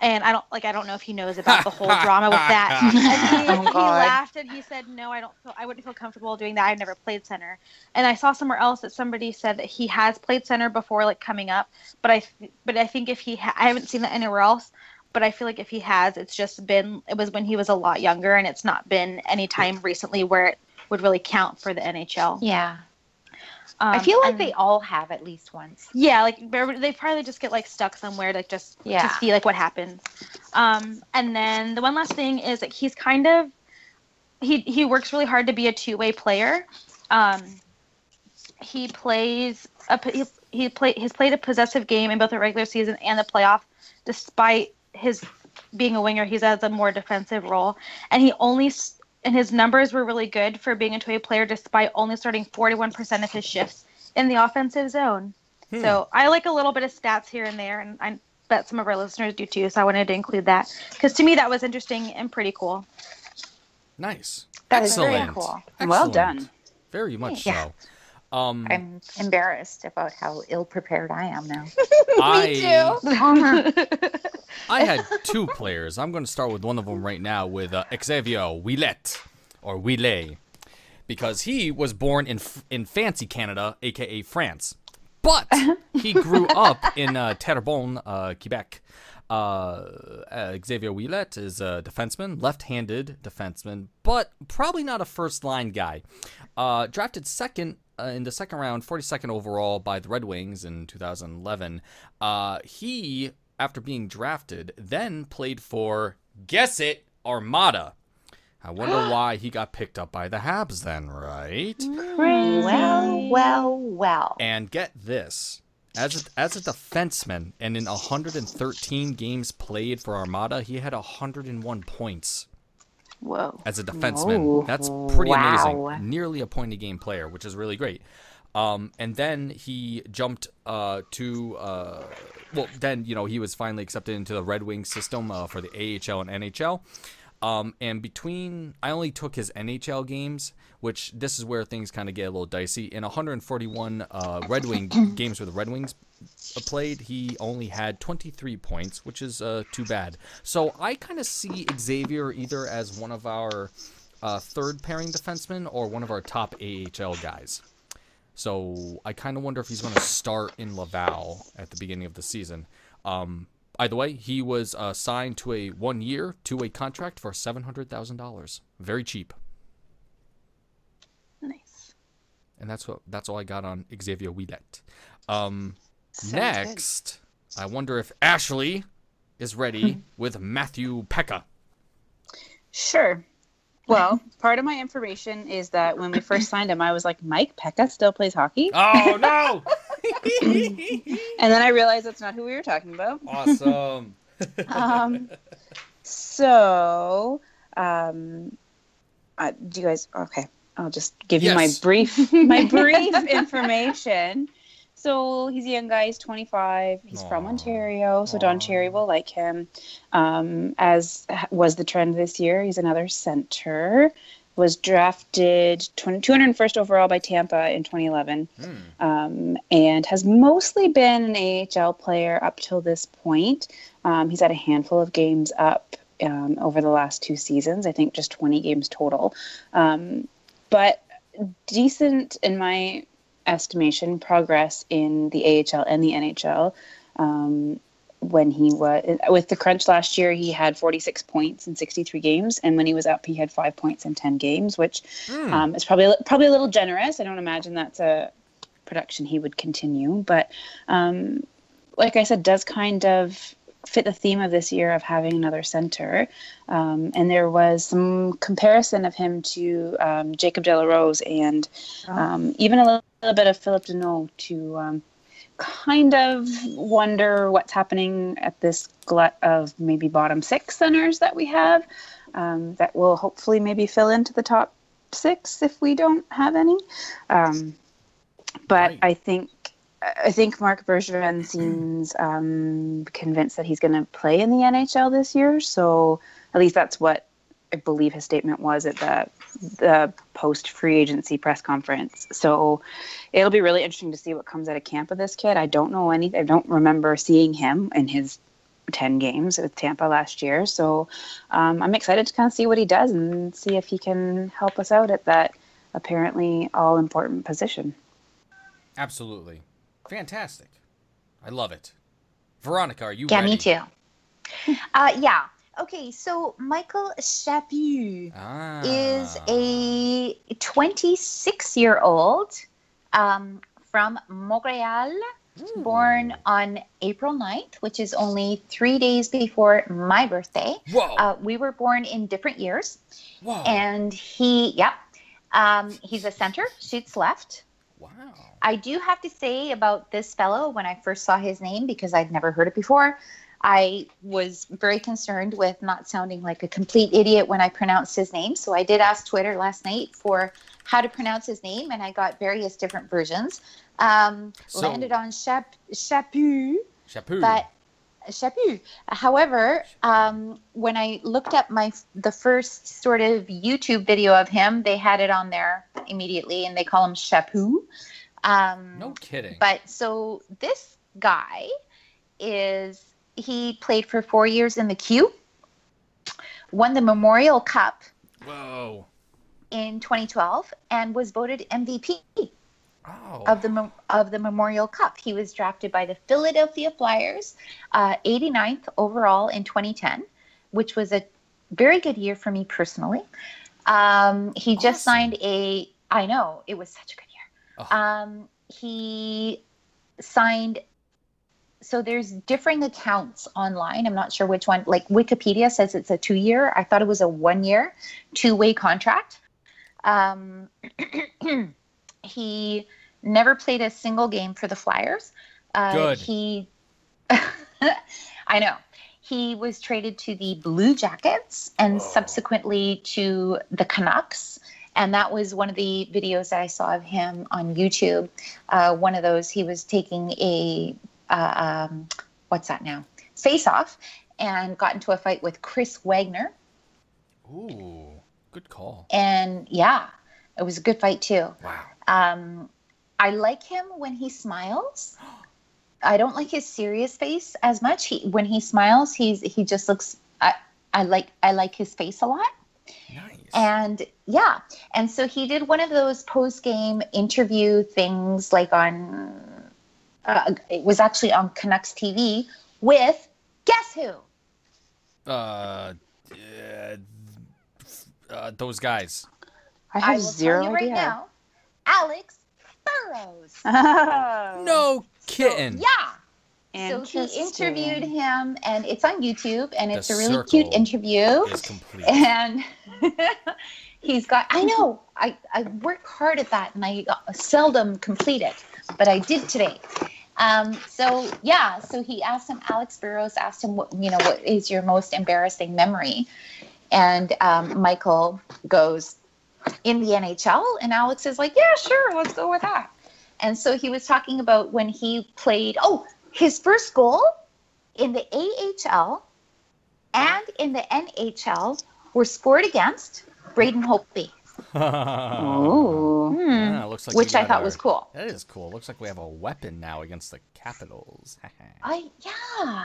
And I don't like I don't know if he knows about the whole drama with that. And he, Oh, he God. laughed and he said, "No, I don't. Feel, I wouldn't feel comfortable doing that. I've never played center." And I saw somewhere else that somebody said that he has played center before, like coming up. But I, th- but I think if he, ha- I haven't seen that anywhere else. But I feel like if he has, it's just been it was when he was a lot younger, and it's not been any time recently where it would really count for the NHL. Yeah. I Um, feel like and- they all have at least once. yeah, like everybody- they probably just get like stuck somewhere, like just Yeah. to see like what happens. Um, and then the one last thing is like he's kind of he he works really hard to be a two way player. Um, he plays a p- he, he play he's played a possessive game in both the regular season and the playoff, despite his being a winger. He's at a more defensive role, and he only s- and his numbers were really good for being a two way player, despite only starting forty one percent of his shifts in the offensive zone. Hmm. So I like a little bit of stats here and there, and I bet some of our listeners do too. So I wanted to include that because to me that was interesting and pretty cool. Nice. That is very Excellent. cool. Well Excellent. done. Very much Yeah. so. Um, I'm embarrassed about how ill prepared I am now. I, oh I had two players. I'm going to start with one of them right now with uh, Xavier Willet or Willet because he was born in F- in fancy Canada, aka France, but he grew up in uh, Terrebonne, uh, Quebec. Uh, uh, Xavier Willet is a defenseman, left-handed defenseman, but probably not a first-line guy. Uh, drafted second uh, in the second round, 42nd overall by the Red Wings in 2011. Uh, he, after being drafted, then played for guess it Armada. I wonder why he got picked up by the Habs then, right? Well, well, well. And get this. As a, as a defenseman and in 113 games played for Armada, he had 101 points Whoa. as a defenseman. Whoa. That's pretty Wow. amazing. Nearly a point a game player, which is really great. Um, and then he jumped uh, to, uh, well, then, you know, he was finally accepted into the Red Wing system uh, for the AHL and NHL. Um, and between, I only took his NHL games, which this is where things kind of get a little dicey. In 141 uh, Red Wing games with the Red Wings uh, played, he only had 23 points, which is uh, too bad. So I kind of see Xavier either as one of our uh, third pairing defensemen or one of our top AHL guys. So I kind of wonder if he's going to start in Laval at the beginning of the season. Um, either way, he was uh, signed to a one-year, two-way contract for seven hundred thousand dollars. Very cheap, nice. and that's what that's all I got on Xavier Ouellet. Um, next, I wonder if Ashley is ready with Matthew Pekka. Sure. Well, part of my information is that when we first signed him, I was like, Mike Pekka still plays hockey? Oh no! And then I realized that's not who we were talking about. awesome. Um, so, um, uh, do you guys, okay, I'll just give you my Yes. brief, my brief information. So he's a young guy, he's 25, he's from Aw. Ontario, so Aw. Don Cherry will like him. Um, as was the trend this year, he's another center. Was drafted 20, 201st overall by Tampa in 2011 Hmm. um, and has mostly been an AHL player up till this point. Um, he's had a handful of games up um, over the last two seasons, I think just 20 games total. Um, but decent, in my estimation, progress in the AHL and the NHL. Um, when he was with the crunch last year, he had 46 points in 63 games, and when he was up, he had five points in 10 games, which Hmm. Uh, um, it's probably probably a little generous. I don't imagine that's a production he would continue, but um, like I said, does kind of fit the theme of this year of having another center. Um, and there was some comparison of him to um, Jacob De La Rose and um, even a little, little bit of Philip Deneau to um, kind of wonder what's happening at this glut of maybe bottom six centers that we have um, that will hopefully maybe fill into the top six if we don't have any. Um, but Right. I think I think Mark Bergevin seems um, convinced that he's going to play in the NHL this year. So at least that's what I believe his statement was at the the post free agency press conference. So it'll be really interesting to see what comes out of camp of this kid. I don't know any. I don't remember seeing him in his 10 games with Tampa last year. So um, I'm excited to kind of see what he does and see if he can help us out at that apparently all important position. Absolutely. Fantastic. I love it. Veronica, are you Yeah, ready? me too. uh, yeah. Okay, so Michael Chaput Ah. is a 26 year old um, from Montreal, born on April 9th, which is only three days before my birthday. Whoa. Uh, we were born in different years, whoa. and he, yep, um, he's a center, shoots left. wow. I do have to say about this fellow when I first saw his name because I'd never heard it before. I was very concerned with not sounding like a complete idiot when I pronounced his name. So I did ask Twitter last night for how to pronounce his name, and I got various different versions. Um, So- landed on Chap- Chapu, Chapeau. but Chapu. However, um, when I looked up my the first sort of YouTube video of him, they had it on there immediately, and they call him Chapu. Um, no kidding. but so this guy is he played for four years in the Q, won the Memorial Cup whoa. in 2012, and was voted MVP Oh. of the mem- of the Memorial Cup. He was drafted by the Philadelphia Flyers, uh, 89th overall in 2010, which was a very good year for me personally. Um, he just Awesome. signed a. I know it was such a good year. Oh. Um, he signed. So there's differing accounts online. I'm not sure which one. Like Wikipedia says it's a two year. I thought it was a one year, two way contract. Um, he never played a single game for the Flyers. Uh, Good. He, I know. He was traded to the Blue Jackets and Whoa. subsequently to the Canucks. And that was one of the videos that I saw of him on YouTube. Uh, one of those, he was taking a, uh, um, what's that now? Face off and got into a fight with Chris Wagner. Ooh. Good call. And yeah, it was a good fight too. Wow. Um, I like him when he smiles. I don't like his serious face as much. He when he smiles, he's he just looks. I, I like I like his face a lot. Nice. And yeah, and so he did one of those post game interview things, like on. Uh, it was actually on Canucks TV with guess who? uh, uh, uh, those guys. I have will zero tell you idea. right now. Alex Burrows. No kitten. So, yeah. So he interviewed him, and it's on YouTube, and it's The a really cute circle interview. Is complete. And he's got, I know, I, I work hard at that, and I seldom complete it, but I did today. Um, so yeah, so he asked him, Alex Burrows asked him, what, you know, what is your most embarrassing memory? And um, Michael goes, in the NHL? And Alex is like, yeah, sure, let's go with that. And so he was talking about when he played, oh, his first goal in the AHL and in the NHL were scored against Braden Holtby, Oh. Hmm. Yeah, looks like we which I got thought our- was cool. That is cool. Looks like we have a weapon now against the Capitals. I yeah,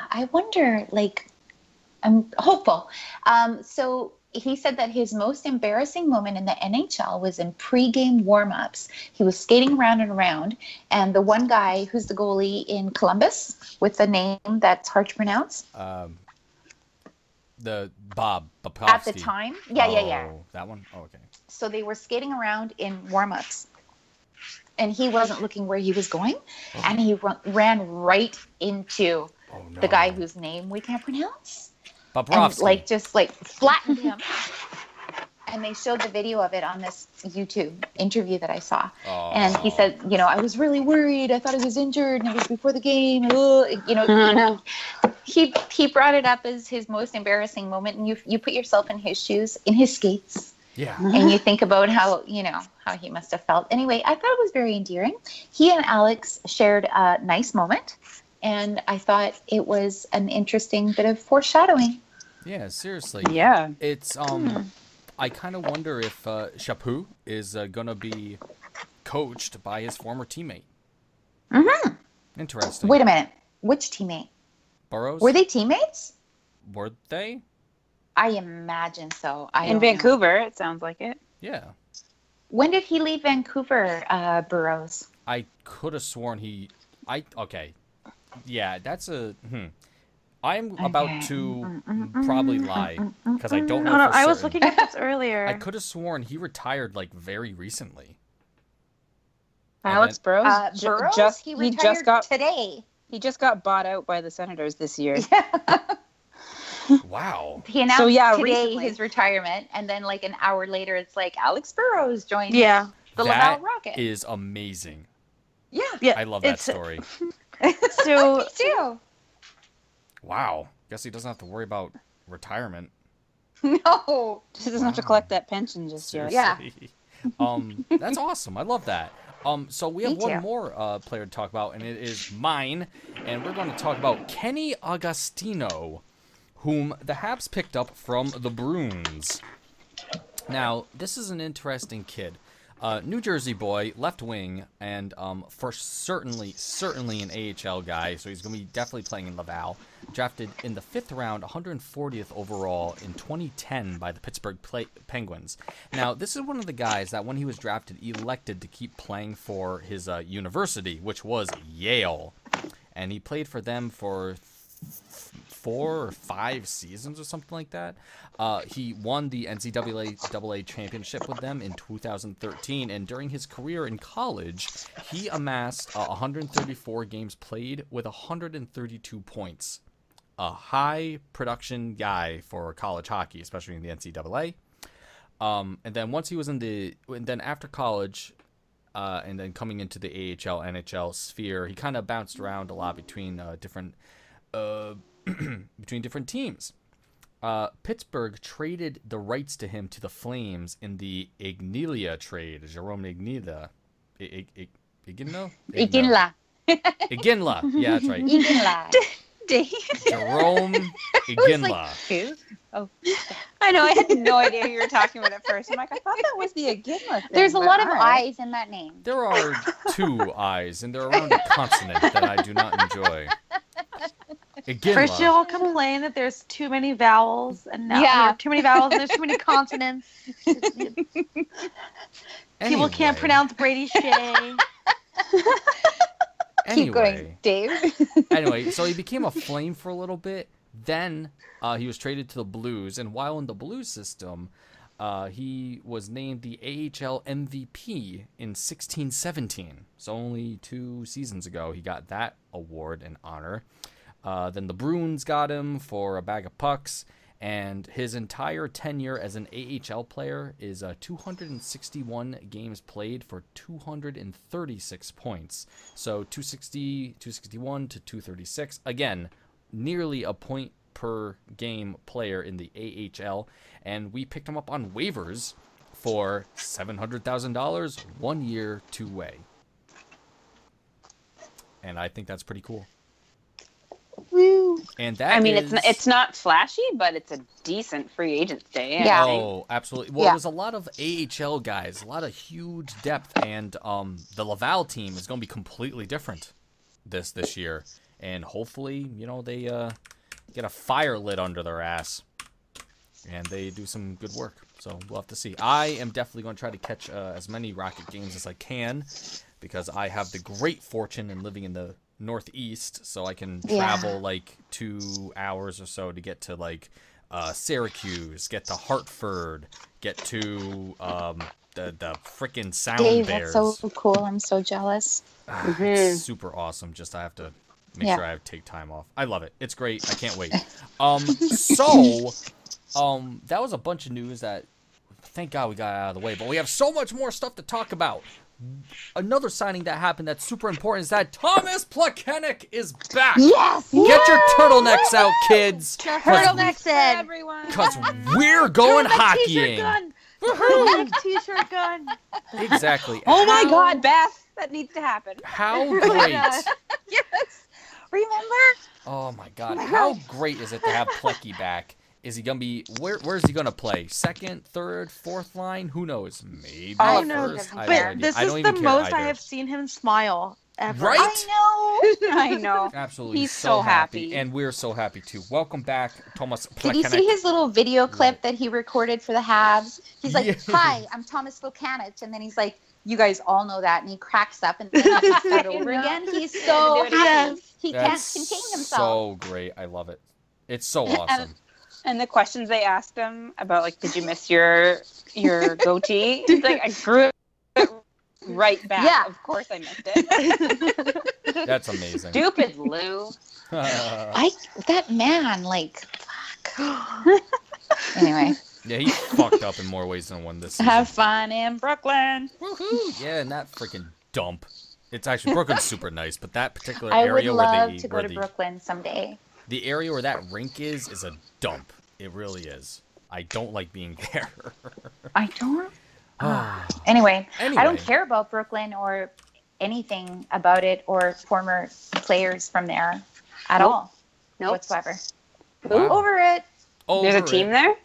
I wonder. Like, I'm hopeful. Um, so he said that his most embarrassing moment in the NHL was in pregame warmups. He was skating around and around, and the one guy who's the goalie in Columbus with the name that's hard to pronounce um, the Bob Bobrovsky. at the time. Yeah, yeah, yeah. Oh, That one. Oh, okay. So they were skating around in warmups. And he wasn't looking where he was going, and he ru- ran right into Oh no. the guy whose name we can't pronounce. and Bobrovsky. like just like flattened him. and they showed the video of it on this YouTube interview that I saw. Oh. And he said, you know, I was really worried. I thought he was injured, and it was before the game. Ugh. You Uh-huh. know, he he brought it up as his most embarrassing moment, and you you put yourself in his shoes, in his skates, Yeah. and you think about how you know how he must have felt. Anyway, I thought it was very endearing. He and Alex shared a nice moment, and I thought it was an interesting bit of foreshadowing. Yeah. Seriously. Yeah. It's um. Hmm. I kind of wonder if uh, Chapu is uh, gonna be coached by his former teammate. Mm-hmm. Interesting. Wait a minute. Which teammate? Burroughs? Were they teammates? Were they? I imagine so. In I don't know. Vancouver, it sounds like it. Yeah. When did he leave Vancouver, uh, Burroughs? I could have sworn he. I okay. Yeah, that's a. Hmm. I'm about Okay. Mm, to probably lie because I don't know. No, no, for I was certain. looking at this earlier. I could have sworn he retired like very recently. Alex Burrows, Uh, ju- Burroughs. just he he, retired just got today. he just got bought out by the Senators this year. Wow. He announced So, yeah, today recently. his retirement, and then like an hour later, it's like Alex Burrows joined Yeah. the That Laval Rocket. is amazing. yeah, Yeah. I love that it's- story. me So too. Wow. Guess he doesn't have to worry about retirement. No, Just doesn't have to Wow. collect that pension just yet. Yeah. Seriously. um, that's awesome. I love that. Um, so we have Me one too. more uh, player to talk about, and it is mine. And we're going to talk about Kenny Agostino, whom the Habs picked up from the Bruins. Now, this is an interesting kid. Uh, New Jersey boy, left wing, and um, for certainly, certainly an AHL guy. So he's going to be definitely playing in Laval. Drafted in the fifth round, 140th overall in 2010 by the Pittsburgh Pla Penguins. Now, this is one of the guys that when he was drafted, elected to keep playing for his uh, university, which was Yale, and he played for them for four or five seasons or something like that. Uh, he won the NCAA AA championship with them in 2013, and during his career in college, he amassed uh, 134 games played with 132 points. A high production guy for college hockey, especially in the NCAA. Um, and then once he was in the, and then after college, uh, and then coming into the AHL NHL sphere, he kind of bounced around a lot between uh, different uh, between different teams. Uh, Pittsburgh traded the rights to him to the Flames in the Ignelia trade, Jerome Ignila. I- I- I- Iginla? Igno. Iginla, Iginla. Yeah, that's right. Iginla. Jerome Iginla. Who? I know. I had no idea who you were talking about at first. I'm like, I thought that was the again. There's a lot of eyes in that name. There are two I's, and they're around a consonant that I do not enjoy. Iginla. first you'll complain that there's too many vowels and now Yeah. there are too many vowels and there's too many consonants. People can't Anyway, pronounce Brady Shea. Keep anyway. going, Dave. anyway, so he became a flame for a little bit. Then uh, he was traded to the Blues, and while in the Blues system, uh, he was named the AHL MVP in 1617. So only two seasons ago, he got that award and honor. Uh, then the Bruins got him for a bag of pucks, and his entire tenure as an AHL player is uh, 261 games played for 236 points. So 260, 261 to 236. Again, nearly a point per game player in the AHL, and we picked him up on waivers for $700,000 one year, two way. And I think that's pretty cool. Woo. And that I mean, is- it's not, it's not flashy, but it's a decent free agent day. I Yeah. think. Oh, absolutely. Well, Yeah. it was a lot of AHL guys, a lot of huge depth, and um, the Laval team is going to be completely different this this year, and hopefully, you know, they uh, get a fire lit under their ass, and they do some good work. So we'll have to see. I am definitely going to try to catch uh, as many Rocket games as I can, because I have the great fortune in living in the Northeast, so I can Yeah. travel like two hours or so to get to like uh, Syracuse, get to Hartford, get to um, the the frickin' Sound Dave, Bears. that's so cool. I'm so jealous. Ah, Mhm. It's super awesome. Just I have to make Yeah. sure I have take time off. I love it. It's great. I can't wait. Um, so um, that was a bunch of news that thank God we got out of the way. But we have so much more stuff to talk about. Another signing that happened that's super important is that Thomas Plekanec is back. Yes. Get your turtlenecks out, kids. Turtlenecks in. everyone. Because we're going Turtleneck T-shirt hockeying. gun. Turtleneck T-shirt gun. Exactly. Oh my How- God, Beth, that needs to happen. How Yeah. great. Yes. Remember? Oh my god. How great is it to have Plecky back? Is he gonna be where where is he gonna play? Second, third, fourth line? Who knows? Maybe I first. know I have no that- But idea. this I is don't the even care most I either. have seen him smile ever. Right? I know. I know. Absolutely. He's so happy. And we're so happy too. Welcome back, Thomas Did you Plekanec. see his little video clip that he recorded for the Habs? He's like, Yes. "Hi, I'm Thomas Volkanich," and then he's like, "You guys all know that," and he cracks up and then he has to start over I know. again. He's so Yes. happy. He That's can't contain himself. So great. I love it. It's so awesome. And the questions they asked him about, like, did you miss your your goatee? He's like, I grew it right back. Yeah. of course I missed it. That's amazing. Stupid Lou. yeah, I that man, like, fuck. anyway, he fucked up in more ways than one this season. Have fun in Brooklyn. Woohoo! Yeah, and that freaking dump. It's actually Brooklyn's super nice, but that particular I would area where love the to go where to the, Brooklyn someday. the area where that rink is is a dump. It really is. I don't like being there. I don't. Ah. Anyway, anyway, I don't care about Brooklyn or anything about it or former players from there at Nope. all Nope. whatsoever. Wow. Over it. Over There's a it. team there?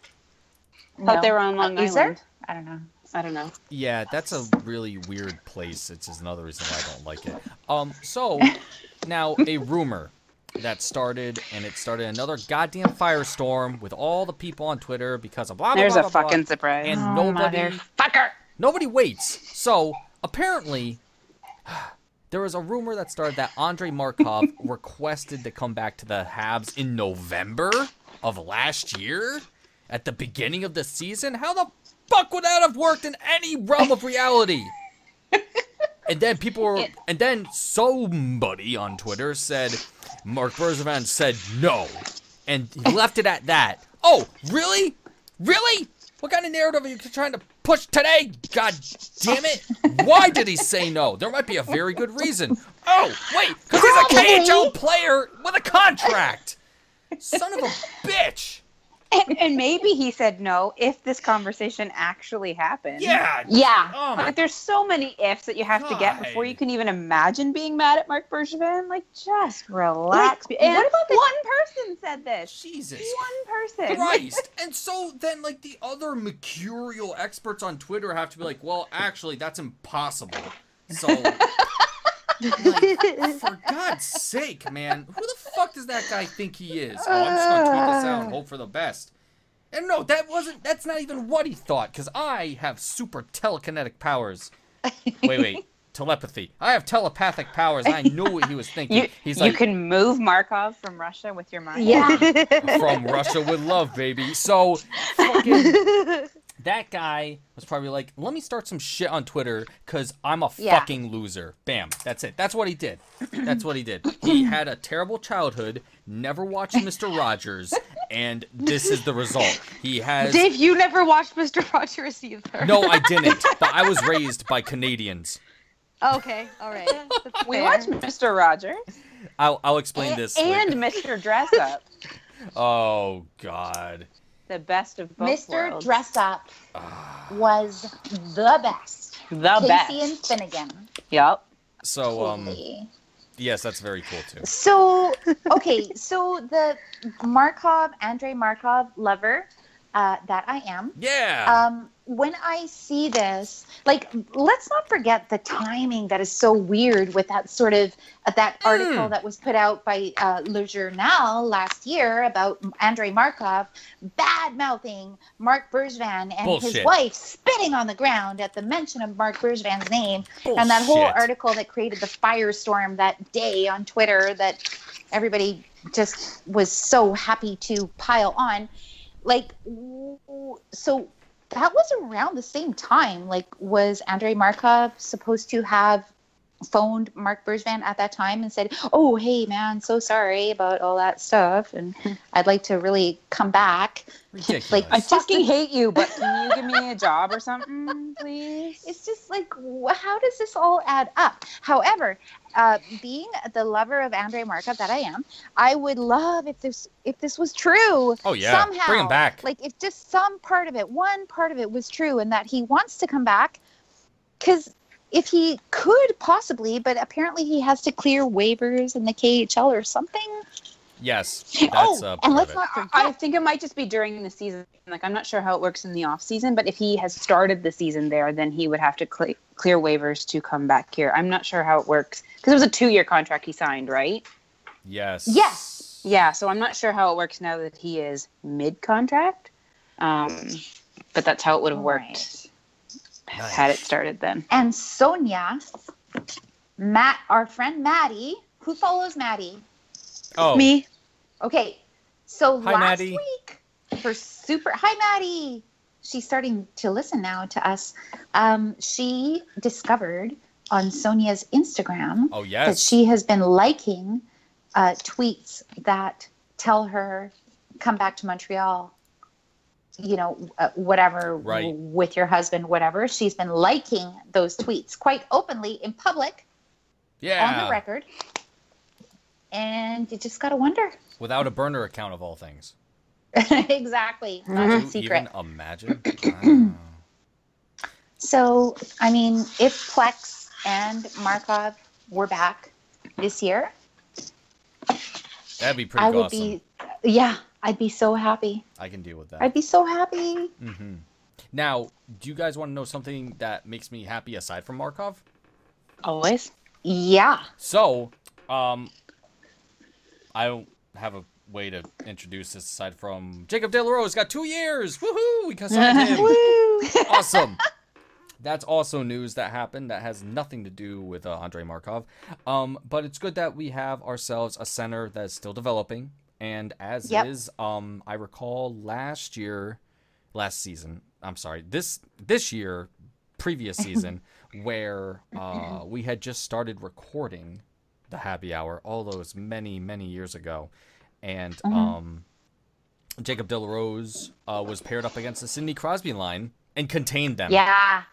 No. Thought they were on Long Uh, is there? Island. I don't know. I don't know. Yeah, that's a really weird place. It's just another reason why I don't like it. Um, so now a rumor that started, and it started another goddamn firestorm with all the people on Twitter because of blah blah There's blah a blah, blah. fucking surprise. and nobody Fucker. nobody waits. So apparently, there was a rumor that started that Andre Markov requested to come back to the Habs in November of last year, at the beginning of the season. How the fuck would that have worked in any realm of reality? And then people were, and then somebody on Twitter said, Mark Bergevin said no, and he left it at that. Oh, really? Really? What kind of narrative are you trying to push today? God damn it! Why did he say no? There might be a very good reason. Oh, wait, because he's a KHL player with a contract. Son of a bitch. And, and maybe he said no if this conversation actually happened. Yeah. Yeah. Oh my Like, there's so many ifs that you have to get before God. you can even imagine being mad at Mark Bergevin. Like, just relax. Like, and what about the- one person said this. Jesus One person. Christ. And so then, like, the other mercurial experts on Twitter have to be like, well, actually, that's impossible. So, like, for God's sake, man, who the fuck does that guy think he is? Oh, I'm just gonna tweet this Uh. out and hope for the best. And no, that wasn't, that's not even what he thought, because I have super telekinetic powers. Wait, wait. Telepathy. I have telepathic powers. I knew what he was thinking. You, He's you like, can move Markov from Russia with your mind. Yeah. from Russia with love, baby. So fucking that guy was probably like, let me start some shit on Twitter because I'm a Yeah. fucking loser. Bam. That's it. That's what he did. That's what he did. He had a terrible childhood, never watched Mr. Rogers, and this is the result. He has Dave, you never watched Mr. Rogers either. No, I didn't, but I was raised by Canadians. Okay, all right. That's We fair. watched Mr. Rogers I'll, I'll explain this. and later. Mr. Dress Up. Oh God. The best of both Mr. worlds. Dress Up Ah. was the best. the Casey best. and Finnegan. Yep. So um, Holy. yes, that's very cool too. So okay, so the Markov, Andre Markov lover, uh, that I am. Yeah. Um, when I see this, like, let's not forget the timing that is so weird with that sort of uh, Hmm. that article that was put out by uh, Le Journal last year about Andrei Markov bad mouthing Mark Bergevin and his Bullshit. wife spitting on the ground at the mention of Mark Bergevin's name and that whole Bullshit. article that created the firestorm that day on Twitter that everybody just was so happy to pile on. Like, w- so that was around the same time. Like, was Andrei Markov supposed to have phoned Mark Bergevin at that time and said, "Oh, hey, man, so sorry about all that stuff, and I'd like to really come back." Ridiculous. I It's just fucking the- hate you, but can you give me a job or Mm, something, please? It's just like, wh- how does this all add up? However, uh, being the lover of Andre Markov that I am, I would love if this if this was true. Oh yeah, somehow, bring him back. Like if just some part of it, one part of it was true, and that he wants to come back, because if he could possibly, but apparently he has to clear waivers in the KHL or something. Yes, oh, that's uh, and part let's of it. not forget. I think it might just be during the season. Like I'm not sure how it works in the off season, but if he has started the season there, then he would have to cle clear waivers to come back here. I'm not sure how it works because it was a two year contract he signed, right? Yes. Yes. Yeah, so I'm not sure how it works now that he is mid contract. Um, but that's how it would have worked Right. had it started then. and Sonia, Matt, our friend Maddie, who follows Maddie. Oh, Me. Okay, so Hi, last Maddie. week for super. Hi, Maddie. She's starting to listen now to us. Um, she discovered on Sonia's Instagram Oh that yes. she has been liking uh, tweets that tell her come back to Montreal. You know, uh, whatever Right. w- with your husband, whatever. She's been liking those tweets quite openly in public on the yeah. record, and you just gotta wonder. Without a burner account of all things. exactly, Mm-hmm. not Can a you Mm-hmm. secret. Even imagine. Wow. So, I mean, if Plex and Markov were back this year, That'd be pretty I would awesome. be, yeah, I'd be so happy. I can deal with that. I'd be so happy. hmm Now, do you guys want to know something that makes me happy aside from Markov? Always. Yeah. So, um, I don't have a way to introduce this aside from Jacob De La Rose got two years. Woohoo! We got signed him. awesome. That's also news that happened that has nothing to do with uh, Andre Markov. Um, but it's good that we have ourselves a center that's still developing. And as Yep. is, um, I recall last year, last season. I'm sorry, this this year, previous season, where uh, we had just started recording the happy hour all those many many years ago, and um, Jacob De La Rose uh, was paired up against the Sidney Crosby line and contained them. Yeah.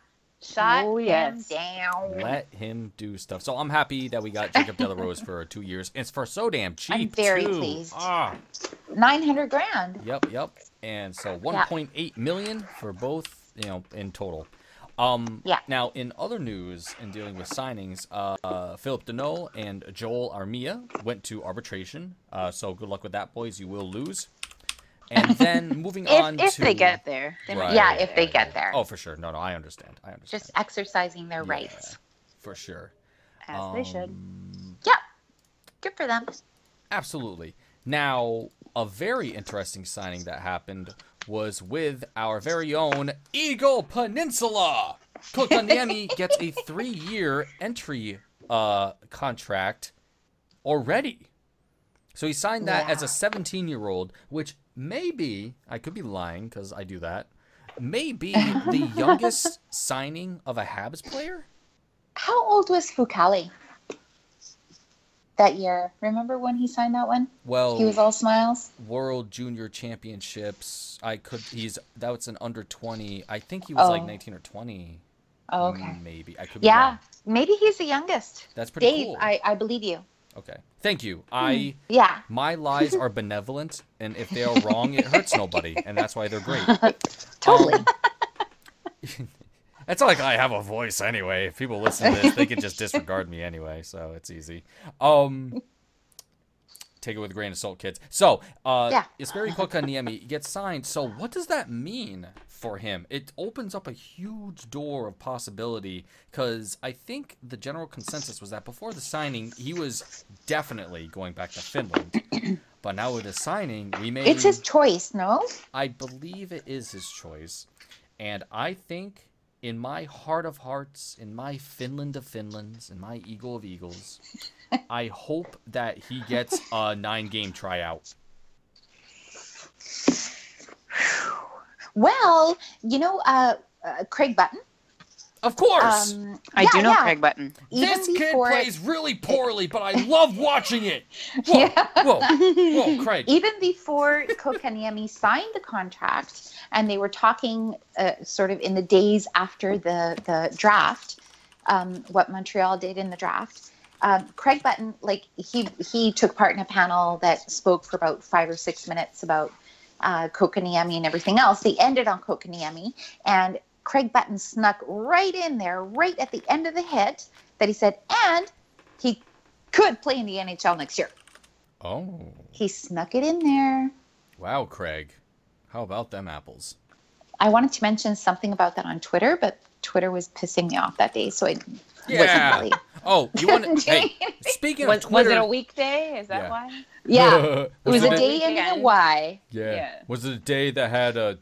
Shut Oh, him yes. down. Let him do stuff. So I'm happy that we got Jacob De La Rose for two years. It's for so damn cheap. very too. pleased. Ah, 900 grand. yep, yep. And so 1.8 million for both, you know, in total. Um, Yeah. Now, in other news, in dealing with signings, uh, uh, Philip Deneau and Joel Armia went to arbitration. Uh, so good luck with that, boys. You will lose. And then moving on If, if to they get there. They might- Right, Yeah, right, if they right, get right. there. Oh, for sure. No, no, I understand. I understand. Just exercising their Yeah, rights. for sure. As they should. Um, Yep. Good for them. Absolutely. Now, a very interesting signing that happened was with our very own Eagle Peninsula. Kotaniemi gets a three-year entry uh, contract already. So he signed that as a 17-year-old, which maybe I could be lying because I do that. Maybe the youngest signing of a Habs player. How old was Fukali that year? Remember when he signed that one? Well, He was all smiles. World Junior Championships. I could. He's that was an under twenty. I think he was like Oh. nineteen or twenty. Mm, Oh, okay. Maybe I could. Be Yeah. wrong. Maybe he's the youngest. That's pretty Dave, cool. I, Hmm. I believe you. Okay. Thank you. I Yeah. my lies are benevolent, and if they are wrong, it hurts nobody, and that's why they're great. Totally. Um, it's not like I have a voice anyway. If people listen to this, they can just disregard me anyway, so it's easy. Um Take it with a grain of salt, kids. So, uh Yeah. Jesperi Kokaniemi gets signed. So what does that mean for him? It opens up a huge door of possibility because I think the general consensus was that before the signing, he was definitely going back to Finland. But now with the signing, we may it's his choice, no? I believe it is his choice. And I think in my heart of hearts, in my Finland of Finlands, in my Eagle of Eagles, I hope that he gets a nine game tryout. Well, you know, uh, uh, Craig Button. Of course! Um, I yeah, do know yeah. E Craig Button. Even this kid before- plays really poorly, but I love watching it. Whoa, whoa, whoa, Craig. even before Kokaniemi signed the contract, and they were talking uh, sort of in the days after the the draft, um, what Montreal did in the draft. Um, Craig Button, like he he took part in a panel that spoke for about five or six minutes about uh, Kokaniemi and everything else. They ended on Kokaniemi, and Craig Button snuck right in there, right at the end of the hit that he said, and he could play in the NHL next year. Oh. He snuck it in there. Wow, Craig. How about them apples? I wanted to mention something about that on Twitter, but Twitter was pissing me off that day, so I Yeah. wasn't really. Oh, you want to? hey, speaking Was, of was Twitter, it a weekday? Is that Yeah. why? Yeah, it was a it- day ending in a Y. Yeah. Yeah. Was it a day that had a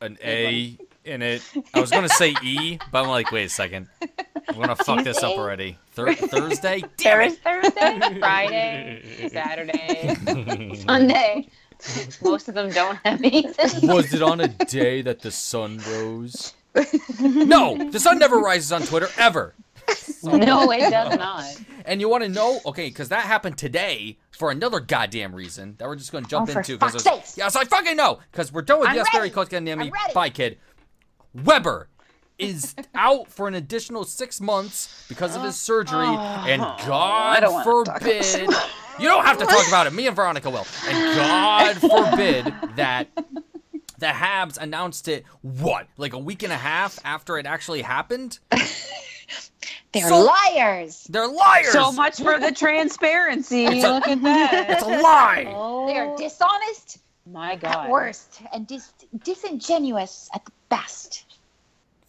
an A in it? I was gonna say E, but I'm like, wait a second. I'm gonna fuck this up Tuesday? already. Thur- Thursday? Damn Thursday, it! Thursday, Friday, Saturday, Sunday. Most of them don't have anything. Was it on a day that the sun rose? No, the sun never rises on Twitter ever. No, it does not. And you want to know? Okay, because that happened today for another goddamn reason that we're just going to jump Oh, for into. because fuck's there's- sakes. Yes, I fucking know. Because we're done with I'm Yes, Barry ready. Coach Ganami. I'm ready. Bye, kid. Weber is out for an additional six months because of his surgery, Oh, and God don't wanna forbid. You don't have to talk about it. Me and Veronica will. And God forbid that the Habs announced it, what, like a week and a half after it actually happened? They're So- liars. They're liars. So much for the transparency. It's a- Look at that. It's a lie. They Oh. are dishonest my at God. worst and dis- disingenuous at the best.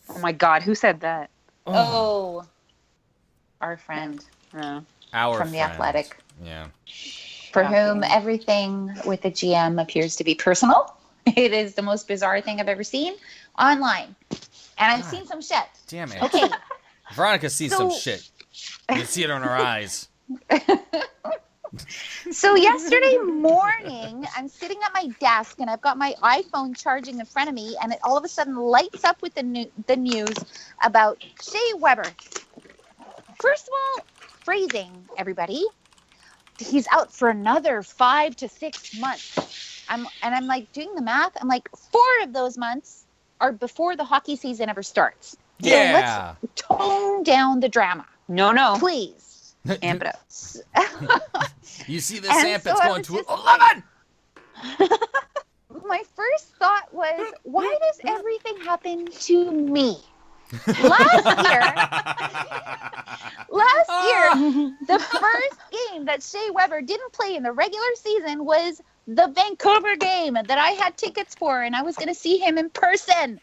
Oh my God. Who said that? Oh, Our friend. Oh. Our from the friend. Athletic, Yeah. for Shocking. whom everything with the GM appears to be personal. It is the most bizarre thing I've ever seen online, and I've God. seen some shit. Damn it. Okay, Veronica sees some So- shit. You can see it on her eyes. So yesterday morning, I'm sitting at my desk and I've got my iPhone charging in front of me, and it all of a sudden lights up with the new, the news about Shea Weber. First of all, phrasing everybody. He's out for another five to six months. I'm and I'm like doing the math. I'm like four of those months are before the hockey season ever starts. So let's Yeah. tone down the drama, No, no. please. Amp it up. you see this And amp, so it's I going was to just 11! my first thought was, why does everything happen to me? last year, last Oh. year, the first game that Shea Weber didn't play in the regular season was the Vancouver game that I had tickets for, and I was going to see him in person.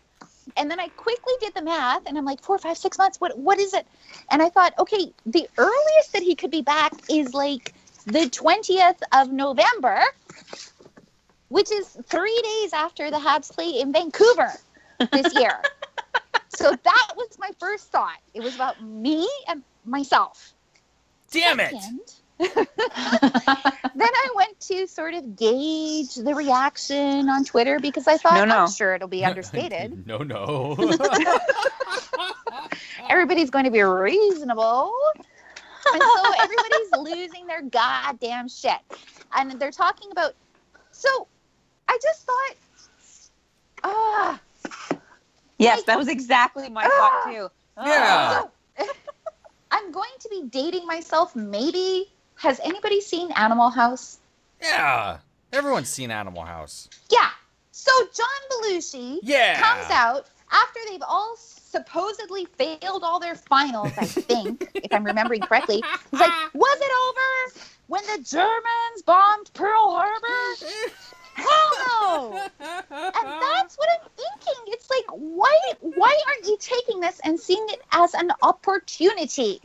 And then I quickly did the math, and I'm like, four, five, six months. What? What is it? And I thought, okay, the earliest that he could be back is like the 20th of November which is three days after the Habs play in Vancouver this year. so that was my first thought. It was about me and myself. Damn it! then I went to sort of gauge the reaction on Twitter because I thought, No, no. I'm sure it'll be understated. no, no. Everybody's going to be reasonable. And so everybody's losing their goddamn shit. And they're talking about. So I just thought, ah. Yes, that was exactly my thought, too. Yeah. So, I'm going to be dating myself, maybe. Has anybody seen Animal House? yeah. Everyone's seen Animal House. Yeah. So John Belushi Yeah. comes out after they've all supposedly failed all their finals, I think, if I'm remembering correctly. He's like, Was it over when the Germans bombed Pearl Harbor? Hell no! And that's what I'm thinking. It's like, why why aren't you taking this and seeing it as an opportunity?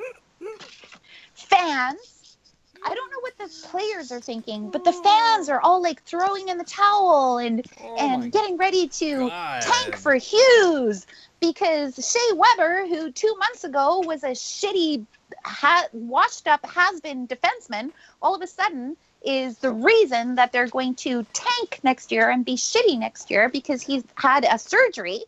Fans, I don't know what the players are thinking, but the fans are all like throwing in the towel and Oh my and getting ready to God. tank for Hughes because Shea Weber, who two months ago was a shitty, ha- washed up, has been defenseman, all of a sudden is the reason that they're going to tank next year and be shitty next year because he's had a surgery.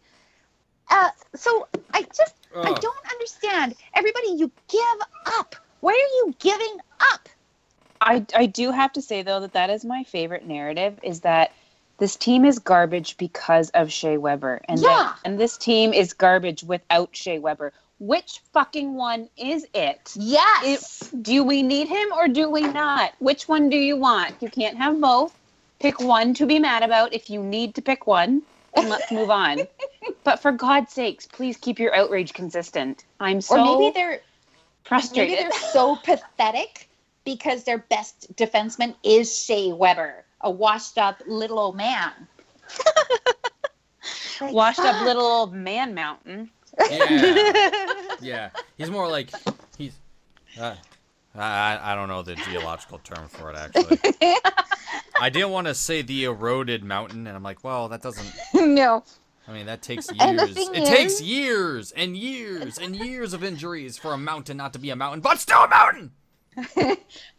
Uh, so I just, I Ugh. don't understand. Everybody, you give up. Why are you giving up? I, I do have to say though that that is my favorite narrative is that this team is garbage because of Shea Weber and that- Yeah. and this team is garbage without Shea Weber. Which fucking one is it? Yes. Do we need him or do we not? Which one do you want? You can't have both. Pick one to be mad about if you need to pick one, and let's move on. But for God's sakes, please keep your outrage consistent. I'm so or maybe they're frustrated. Maybe they're so pathetic because their best defenseman is Shea Weber, a washed up little old man. Like, Washed up fuck. little old man mountain. Yeah, yeah. He's more like he's. Uh, I I- I don't know the geological term for it actually. I didn't want to say the eroded mountain, and I'm like, well, that doesn't. no. I mean, that takes And the years. thing It takes is- years and years and years of injuries for a mountain not to be a mountain, but still a mountain.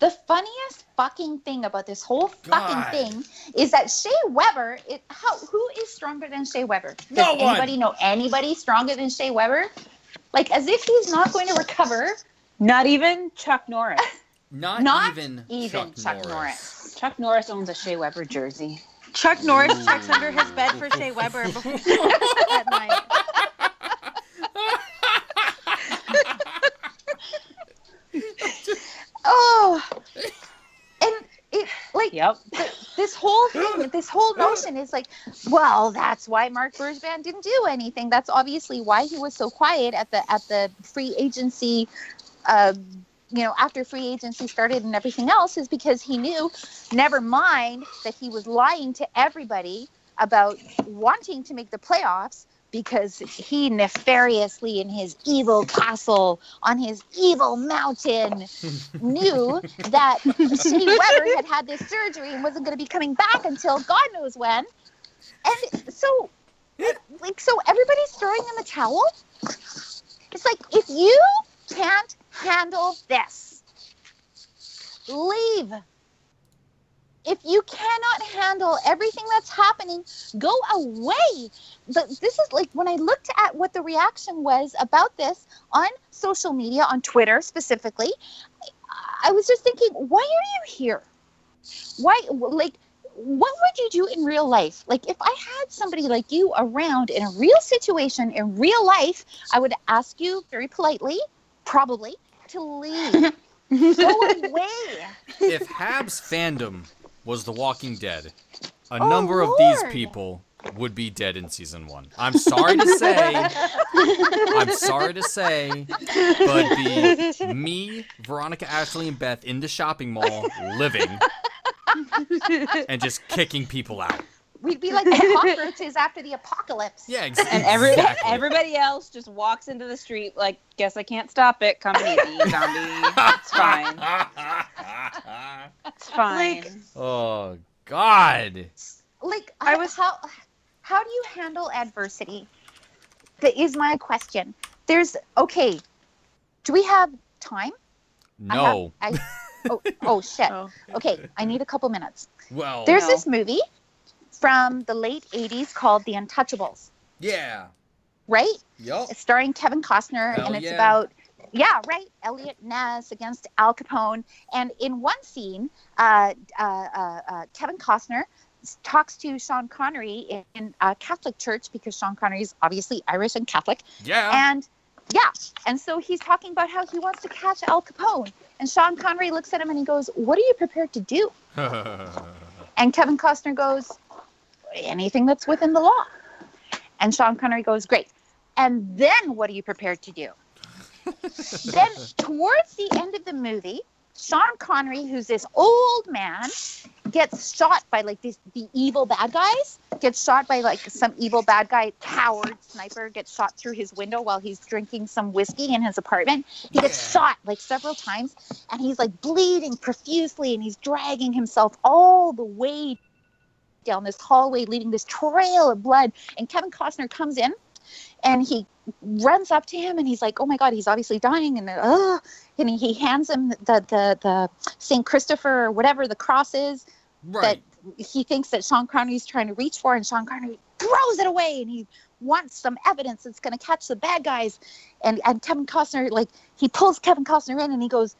The funniest fucking thing about this whole God. fucking thing is that Shea Weber. It, how who is stronger than Shea Weber? Does No one. anybody know anybody stronger than Shea Weber? Like as if he's not going to recover. Not even Chuck Norris. Not, Not even, even Chuck Chuck Norris owns a Shea Weber jersey. Chuck Norris checks under his bed for Shea Weber before that night. Oh, and it like Yep. this whole thing, this whole notion is like, well, that's why Mark Bergevin didn't do anything. That's obviously why he was so quiet at the at the free agency. Uh, you know, after free agency started and everything else, is because he knew, never mind that he was lying to everybody about wanting to make the playoffs because he nefariously in his evil castle on his evil mountain knew that Shea Weber had had this surgery and wasn't going to be coming back until God knows when. And so, like, so everybody's throwing in the towel. It's like, if you can't handle this, leave. If you cannot handle everything that's happening, go away. But this is like when I looked at what the reaction was about this on social media, on Twitter specifically, I was just thinking, why are you here? Why, like, what would you do in real life? Like, if I had somebody like you around in a real situation in real life, I would ask you very politely, probably, to leave. Go away. If Habs fandom was The Walking Dead, a Oh, number of these Lord. people would be dead in season one. I'm sorry to say. I'm sorry to say, but the me, Veronica, Ashley, and Beth in the shopping mall living and just kicking people out. We'd be like the cockroaches after the apocalypse. Yeah, ex- And every exactly. everybody else just walks into the street like, guess I can't stop it. Come and eat me, zombie. It's fine. It's fine. Like- oh God. Like, I I was was- how how do you handle adversity? That is my question. There's okay. Do we have time? I have- No. I, oh, oh shit. Oh. Okay, I need a couple minutes. Well. There's no. this movie from the late 80s called The Untouchables, yeah. right? Yup. It's starring Kevin Costner Hell and it's yeah. about yeah, right. Elliot Ness against Al Capone, and in one scene, uh, uh, uh, uh, Kevin Costner s- talks to Sean Connery in, in a Catholic church because Sean Connery is obviously Irish and Catholic, Yeah. and yeah, and so he's talking about how he wants to catch Al Capone. And Sean Connery looks at him and he goes, What are you prepared to do? And Kevin Costner goes, Anything that's within the law. And Sean Connery goes, Great. And then what are you prepared to do? then, towards the end of the movie, Sean Connery, who's this old man, gets shot by like these the evil bad guys. Gets shot by like some evil bad guy, coward sniper. Gets shot through his window while he's drinking some whiskey in his apartment. He gets Yeah. shot like several times, and he's like bleeding profusely, and he's dragging himself all the way down this hallway, leaving this trail of blood. And Kevin Costner comes in, and he runs up to him, and he's like, "Oh my god, he's obviously dying!" And uh, and he, he hands him the the the Saint Christopher or whatever the cross is right. he thinks that Sean Connery's trying to reach for, and Sean Connery throws it away, and he wants some evidence that's going to catch the bad guys. And and Kevin Costner, like he pulls Kevin Costner in, and he goes,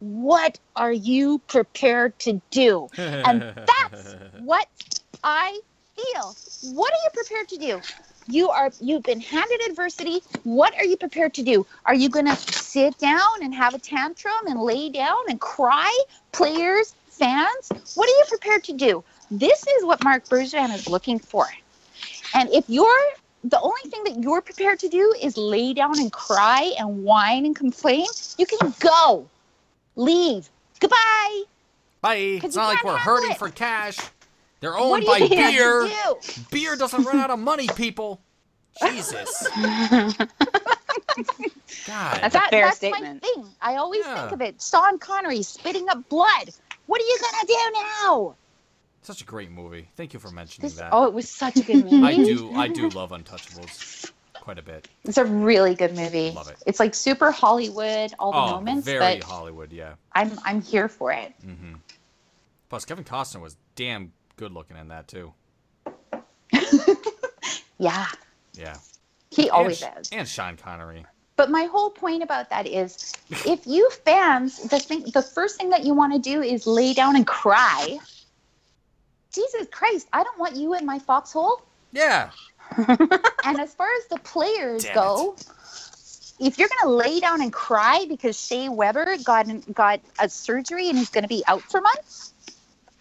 "What are you prepared to do?" and that's what I feel. What are you prepared to do? You are you've been handed adversity. What are you prepared to do? Are you going to sit down and have a tantrum and lay down and cry? Players, fans, what are you prepared to do? This is what Mark Bergevin is looking for. And if you're the only thing that you're prepared to do is lay down and cry and whine and complain, you can go. Leave. Goodbye. Bye. It's you not like can't we're handle hurting it. for cash. They're what owned do by you think I beer. should do? Beer doesn't run out of money, people. Jesus. God. That's a fair that's statement. my thing. I always Yeah. think of it. Sean Connery spitting up blood. What are you gonna do now? Such a great movie. Thank you for mentioning This, that. oh, it was such a good movie. I do I do love Untouchables quite a bit. It's a really good movie. Love it. It's like super Hollywood, all the oh, moments, very but Hollywood, yeah. I'm I'm here for it. Mm-hmm. Plus, Kevin Costner was damn good looking in that too. Yeah, Yeah. he always and, is. And Sean Connery. But my whole point about that is, if you fans, the thing, the first thing that you want to do is lay down and cry. Jesus Christ, I don't want you in my foxhole. Yeah. And as far as the players Damn go, if you're gonna lay down and cry because Shea Weber got got a surgery and he's gonna be out for months,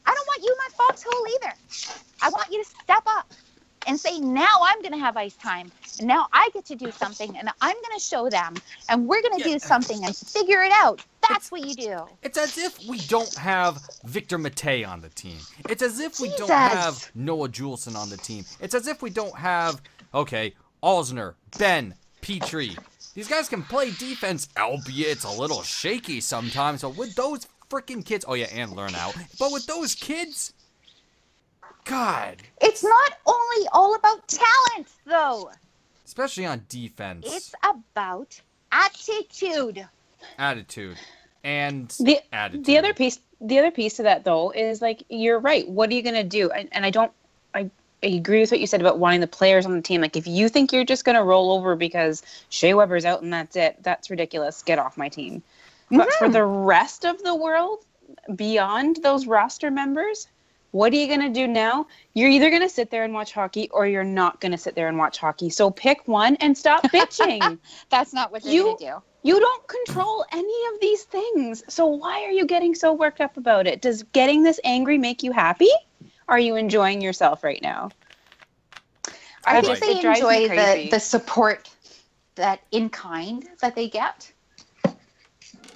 I don't want you in my foxhole either. I want you to step up and say, now I'm gonna have ice time, and now I get to do something, and I'm gonna show them, and we're gonna Yeah. do something and figure it out. That's what you do. It's as if we don't have Victor Matei on the team. It's as if we don't Jesus. have Noah Juleson on the team. It's as if we don't have, okay, Alsner, Ben, Petrie. These guys can play defense, albeit it's a little shaky sometimes, but with those freaking kids, oh yeah, and learn out. But with those kids, God, It's not only all about talent, though. especially on defense, It's about attitude. attitude, and The- attitude. the other piece the other piece to that though is like you're right what are you going to do and, and i don't I, I agree with what you said about wanting the players on the team like if you think you're just going to roll over because shea weber's out and that's it that's ridiculous get off my team but for the rest of the world beyond those roster members what are you going to do now you're either going to sit there and watch hockey or you're not going to sit there and watch hockey so pick one and stop bitching That's not what you're You- gonna do. you don't control any of these things. So why are you getting so worked up about it? Does getting this angry make you happy? Are you enjoying yourself right now? I Right. think It they drives me enjoy the, crazy. the support that in kind that they get.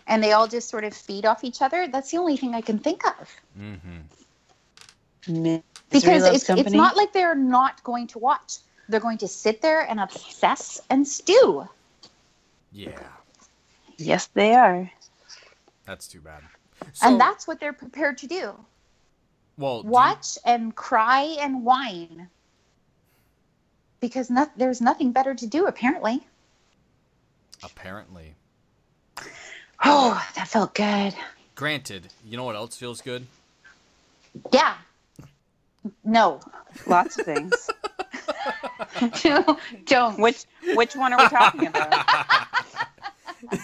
And they all just sort of feed off each other. That's the only thing I can think of. Mm-hmm. Because loves it's, it's company. not like they're not going to watch. They're going to sit there and obsess and stew. Yeah, Yes, they are. that's too bad. So, and that's what they're prepared to do well, do you- watch and cry and whine. Because no, there's nothing better to do, apparently. apparently. Oh, that felt good. Granted, you know what else feels good? Yeah. No. Lots of things. Don't. which which one are we talking about?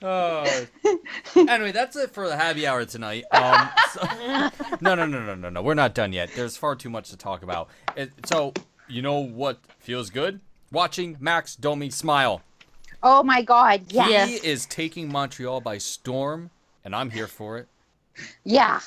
Oh. anyway, that's it for the happy hour tonight. Um, so- no, no, no, no, no, no. We're not done yet. There's far too much to talk about. It, so, you know what feels good? Watching Max Domi smile. Oh my God. Yes. He is taking Montreal by storm, and I'm here for it. Yeah.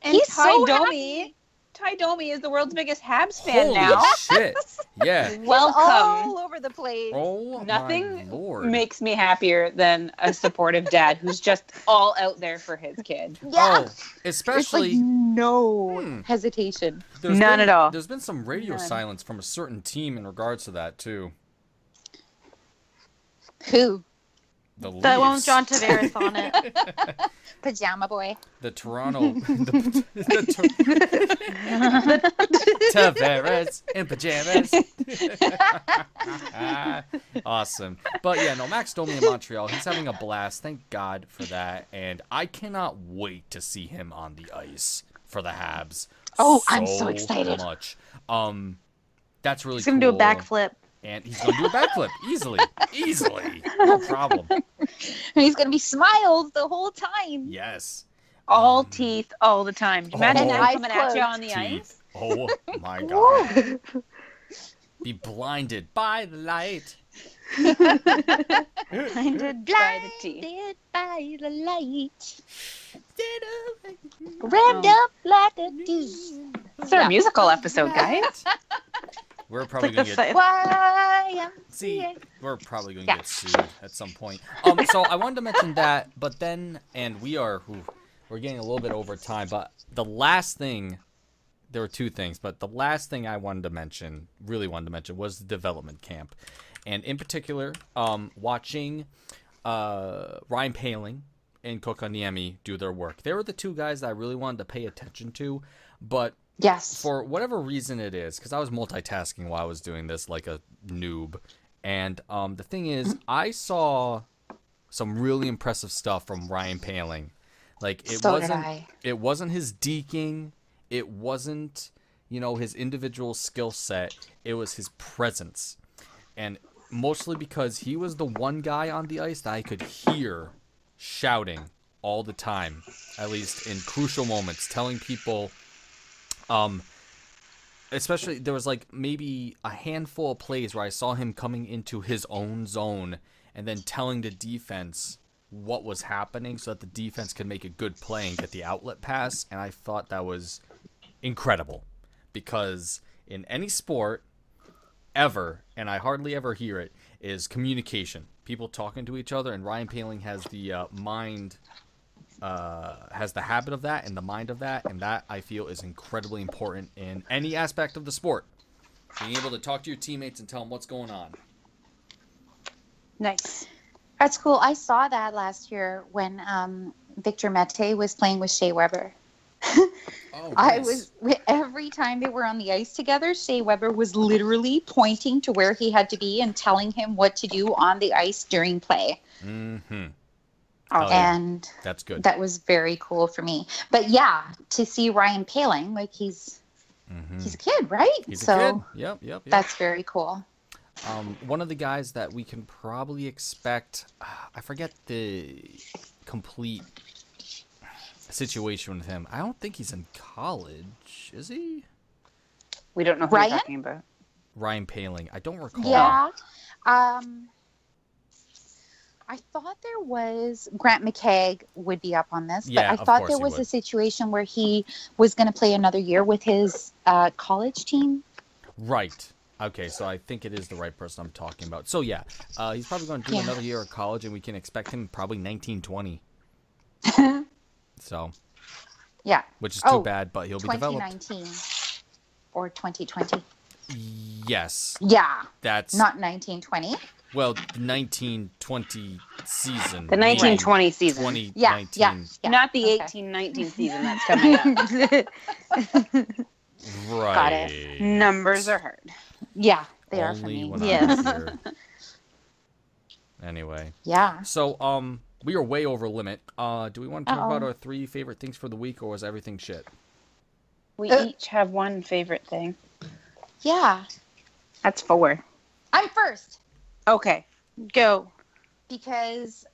And He's Ty so Domi. Ty Domi is the world's biggest Habs fan Holy now. shit! Yeah. Welcome. all over the place. Oh, Nothing my lord. Makes me happier than a supportive dad who's just all out there for his kid. Yeah. Oh, especially. It's like no Hmm. hesitation. There's None been- at all. There's been some radio None. silence from a certain team in regards to that too. Who? The That one Leafs, with John Tavares on it. Pajama boy. the Toronto, the, the Tor- Tavares in pajamas. awesome, but yeah, no, Max Domi in Montreal. He's having a blast. Thank God for that, and I cannot wait to see him on the ice for the Habs. Oh, I'm so excited. Much. Um, that's really. He's gonna do a cool. backflip. and he's gonna do a backflip easily, easily, no problem. And he's going to be smiles the whole time. Yes. All Um, teeth all the time. Oh. Imagine And that eyes coming at you closed. on the ice. Teeth. Oh my god. Be blinded by the light. Blinded by the teeth. Blinded by the light. Rammed up like a dee. Oh. It's our Yeah. musical episode, guys. We're probably It's gonna like get the fa- Why? See, Yeah. we're probably going to Yeah. get sued at some point. Um, so I wanted to mention that, but then, and we are, ooh, we're getting a little bit over time, but the last thing, there were two things, but the last thing I wanted to mention, really wanted to mention, was the development camp, and in particular, um, watching, uh, Ryan Paling and Kokoniemi do their work. They were the two guys that I really wanted to pay attention to, but Yes. for whatever reason it is because i was multitasking while i was doing this like a noob and um, the thing is i saw some really impressive stuff from ryan paling like it So did wasn't I. it wasn't his deking it wasn't you know his individual skill set it was his presence and mostly because he was the one guy on the ice that i could hear shouting all the time at least in crucial moments telling people um especially there was like maybe a handful of plays where I saw him coming into his own zone and then telling the defense what was happening so that the defense could make a good play and get the outlet pass and I thought that was incredible because in any sport ever and I hardly ever hear it is communication people talking to each other and Ryan Paling has the uh, mind uh, has the habit of that and the mind of that, and that I feel is incredibly important in any aspect of the sport. Being able to talk to your teammates and tell them what's going on. Nice. That's cool. I saw that last year when um, Victor Mete was playing with Shea Weber. Oh, I was every time they were on the ice together, Shea Weber was literally pointing to where he had to be and telling him what to do on the ice during play. Mm-hmm. Awesome. Oh, yeah. And That's good. that was very cool for me. But yeah, to see Ryan Paling, like he's Mhm. he's a kid, right? He's so a kid. Yep, yep, yep. that's very cool. Um, one of the guys that we can probably expect, ah, I forget the complete situation with him. I don't think he's in college, is he? We don't know who Ryan? you're talking about. Ryan Paling. I don't recall. Yeah. Um I thought there was Grant McKeag would be up on this, Yeah, but I of thought course there he was a would. situation where he was going to play another year with his uh, college team. Right. Okay, so I think it is the right person I'm talking about. So yeah, uh, he's probably going to do Yeah. another year of college, and we can expect him probably 19, 20. so, Yeah, which is too Oh, bad, but he'll be developed. 2019 or 2020. Yes, Yeah, that's not 1920. well, the 1920 season. The 1920 season. 2019. Yeah, yeah, yeah. Not the okay. 1819 season that's coming up. Right. Got it. Numbers are hard. yeah, they are for Only me. when Yeah. I'm here. Anyway. Yeah. So, um, we are way over limit. Uh, do we want to talk about Uh-oh. our three favorite things for the week, or was everything shit? We Uh. each have one favorite thing. Yeah. That's four. I'm first Okay. Go. because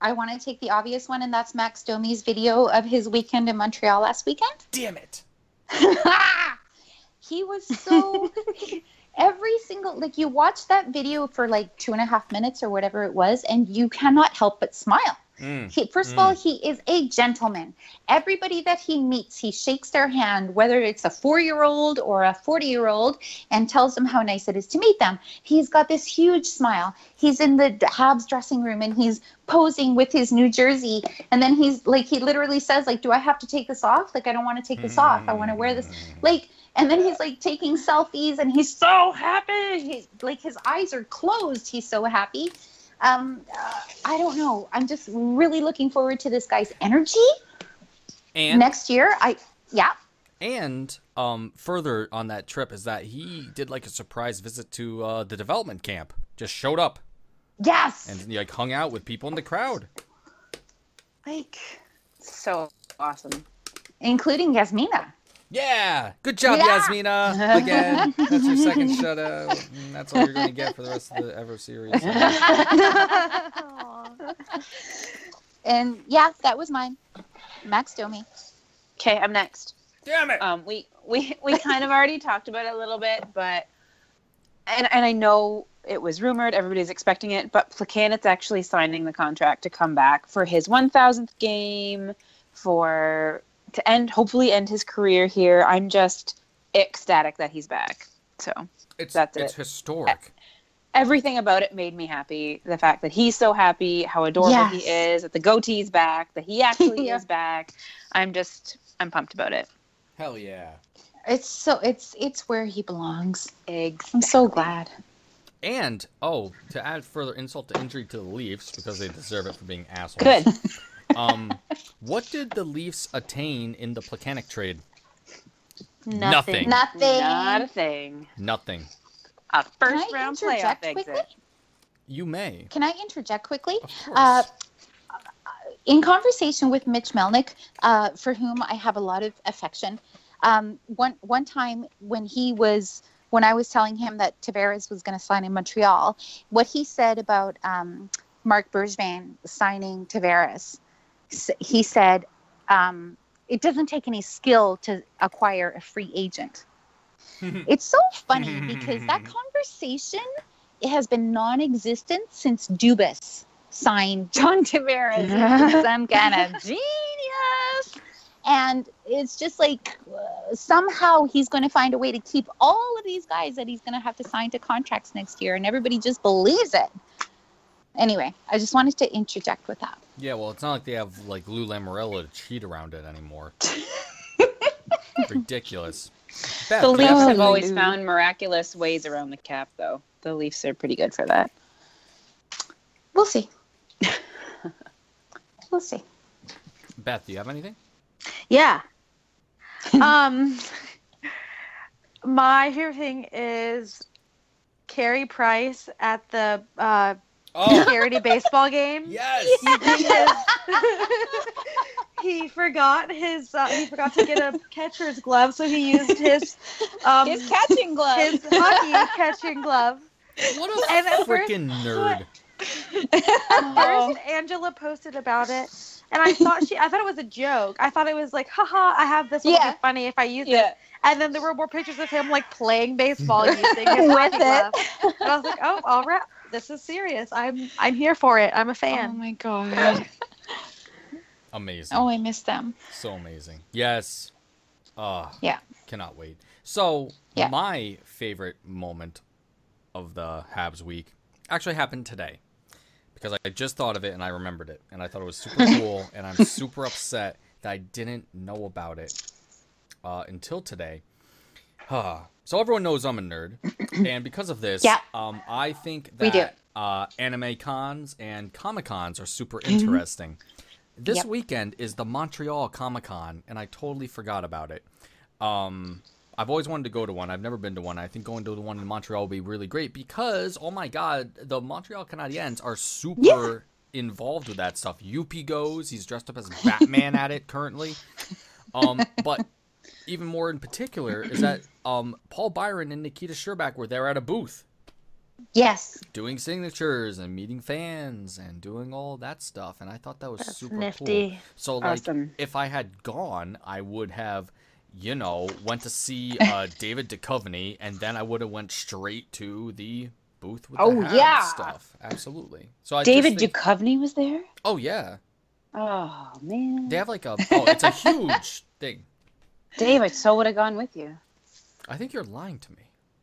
I want to take the obvious one, and that's Max Domi's video of his weekend in Montreal last weekend. Damn it. he was so every single like you watch that video for like two and a half minutes or whatever it was and you cannot help but smile Mm. he, first of all he is a gentleman everybody that he meets he shakes their hand whether it's a four-year-old or a 40-year-old and tells them how nice it is to meet them he's got this huge smile he's in the habs dressing room and he's posing with his new jersey and then he's like he literally says like do i have to take this off like i don't want to take this off i want to wear this like and then he's like taking selfies and he's so happy he, like his eyes are closed he's so happy um uh, i don't know i'm just really looking forward to this guy's energy And next year i yeah And um, further on that trip is that he did like a surprise visit to uh, the development camp. Just showed up yes and like hung out with people in the crowd. Like, so awesome. including yasmina Yeah, good job, Yeah. Yasmina. Again, that's your second shutout. And that's all you're gonna get for the rest of the ever series. and yeah that was mine max domi Okay, I'm next. Damn it! Um, we, we, we kind of already talked about it a little bit, but, and, and I know it was rumored, everybody's expecting it, but Placanet's actually signing the contract to come back for his 1000th game, for, to end, hopefully end his career here. I'm just ecstatic that he's back. So It's That's it's it. historic. everything about it made me happy. The fact that he's so happy, how adorable Yes. he is, that the goatee's back, that he actually Yeah. is back. I'm just, I'm pumped about it. Hell yeah. It's so it's it's where he belongs. Eggs. I'm so glad. And oh, to add further insult to injury to the Leafs because they deserve it for being assholes. Good. Um, what did the Leafs attain in the Placanic trade? Nothing. Nothing. Not a thing. Nothing. A I first round playoff interject exit. quickly? You may. Can I interject quickly? Of course. Uh, in conversation with Mitch Melnick, uh, for whom I have a lot of affection, um, one one time when he was when I was telling him that Tavares was going to sign in Montreal, what he said about um, Mark Bergevin signing Tavares, s- he said um, it doesn't take any skill to acquire a free agent. it's so funny because that conversation it has been non-existent since Dubas signed John Tavares into some kind of genius. And it's just like uh, somehow he's going to find a way to keep all of these guys that he's going to have to sign to contracts next year, and everybody just believes it. Anyway, I just wanted to interject with that. yeah, well, it's not like they have like Lou Lamorello to cheat around it anymore. Ridiculous. Beth, The Leafs you have- have always Hallelujah. found miraculous ways around the cap, though. The Leafs are pretty good for that. We'll see. we'll see. Beth, do you have anything? Yeah. um, my favorite thing is Carrie Price at the uh, Oh, charity baseball game. yes. he forgot his uh, he forgot to get a catcher's glove, so he used his um, his, catching glove. hockey catching glove. What a And at first- freaking nerd. At Oh. first, Angela posted about it, and I thought she I thought it was a joke. I thought it was like, haha, I have this. It would Yeah. be funny if I use it. Yeah. And then there were more pictures of him like playing baseball using his hockey glove. And I was like, oh, all right, this is serious. I'm I'm here for it. I'm a Oh, fan. my god. Amazing. oh, I missed them. So amazing. Yes. Uh Yeah. Cannot wait. So Yeah. my favorite moment of the Habs week actually happened today. Because I just thought of it and I remembered it. And I thought it was super cool and I'm super upset that I didn't know about it uh, until today. Huh. So everyone knows I'm a nerd. And because of this, Yeah. um, I think We do. that uh, anime cons and comic cons are super interesting. This Mm-hmm. Yep. weekend is the Montreal Comic Con, and I totally forgot about it. Um, I've always wanted to go to one. I've never been to one. I think going to the one in Montreal will be really great because, oh my God, the Montreal Canadiens are super involved with that stuff. Yuppie goes. He's dressed up as Batman at it currently. Um, but even more in particular is that um, Paul Byron and Nikita Sherback were there at a booth Yes. doing signatures and meeting fans and doing all that stuff. And I thought that was super cool. Nifty. So like Awesome. if I had gone, I would have, you know, went to see uh, David Duchovny, and then I would have went straight to the booth with Oh, the Habs yeah. stuff. Absolutely. So I just David think- Duchovny was there. Oh yeah, Oh man, they have like a oh, it's a huge thing. Dave, I so would have gone with you. I think you're lying to me.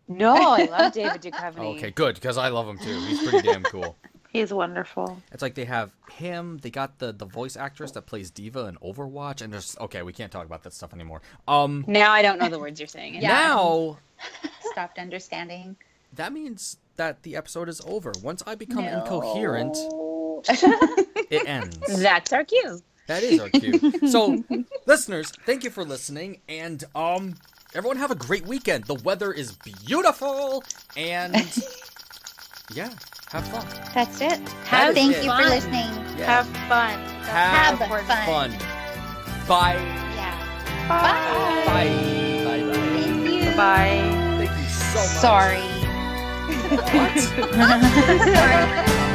No, I love David Duchovny. Oh, okay, good because I love him too. He's pretty damn cool. He's wonderful. It's like they have him. They got the the voice actress that plays Diva in Overwatch, and there's okay, we can't talk about that stuff anymore. Um, Now I don't know the words you're saying. Yeah. now Stopped understanding. that means that the episode is over. Once I become No. incoherent, it ends. That's our cue. that is our cue. So, listeners, thank you for listening, and um, everyone have a great weekend. The weather is beautiful, and yeah, have fun. That's it. That is Thank it. you for listening. Yeah. Have fun. Have fun. fun. Bye. Yeah. Bye. Bye. Bye. Bye. Thank you. Bye. Thank you so much. Sorry. What? Sorry. Oh, Oh.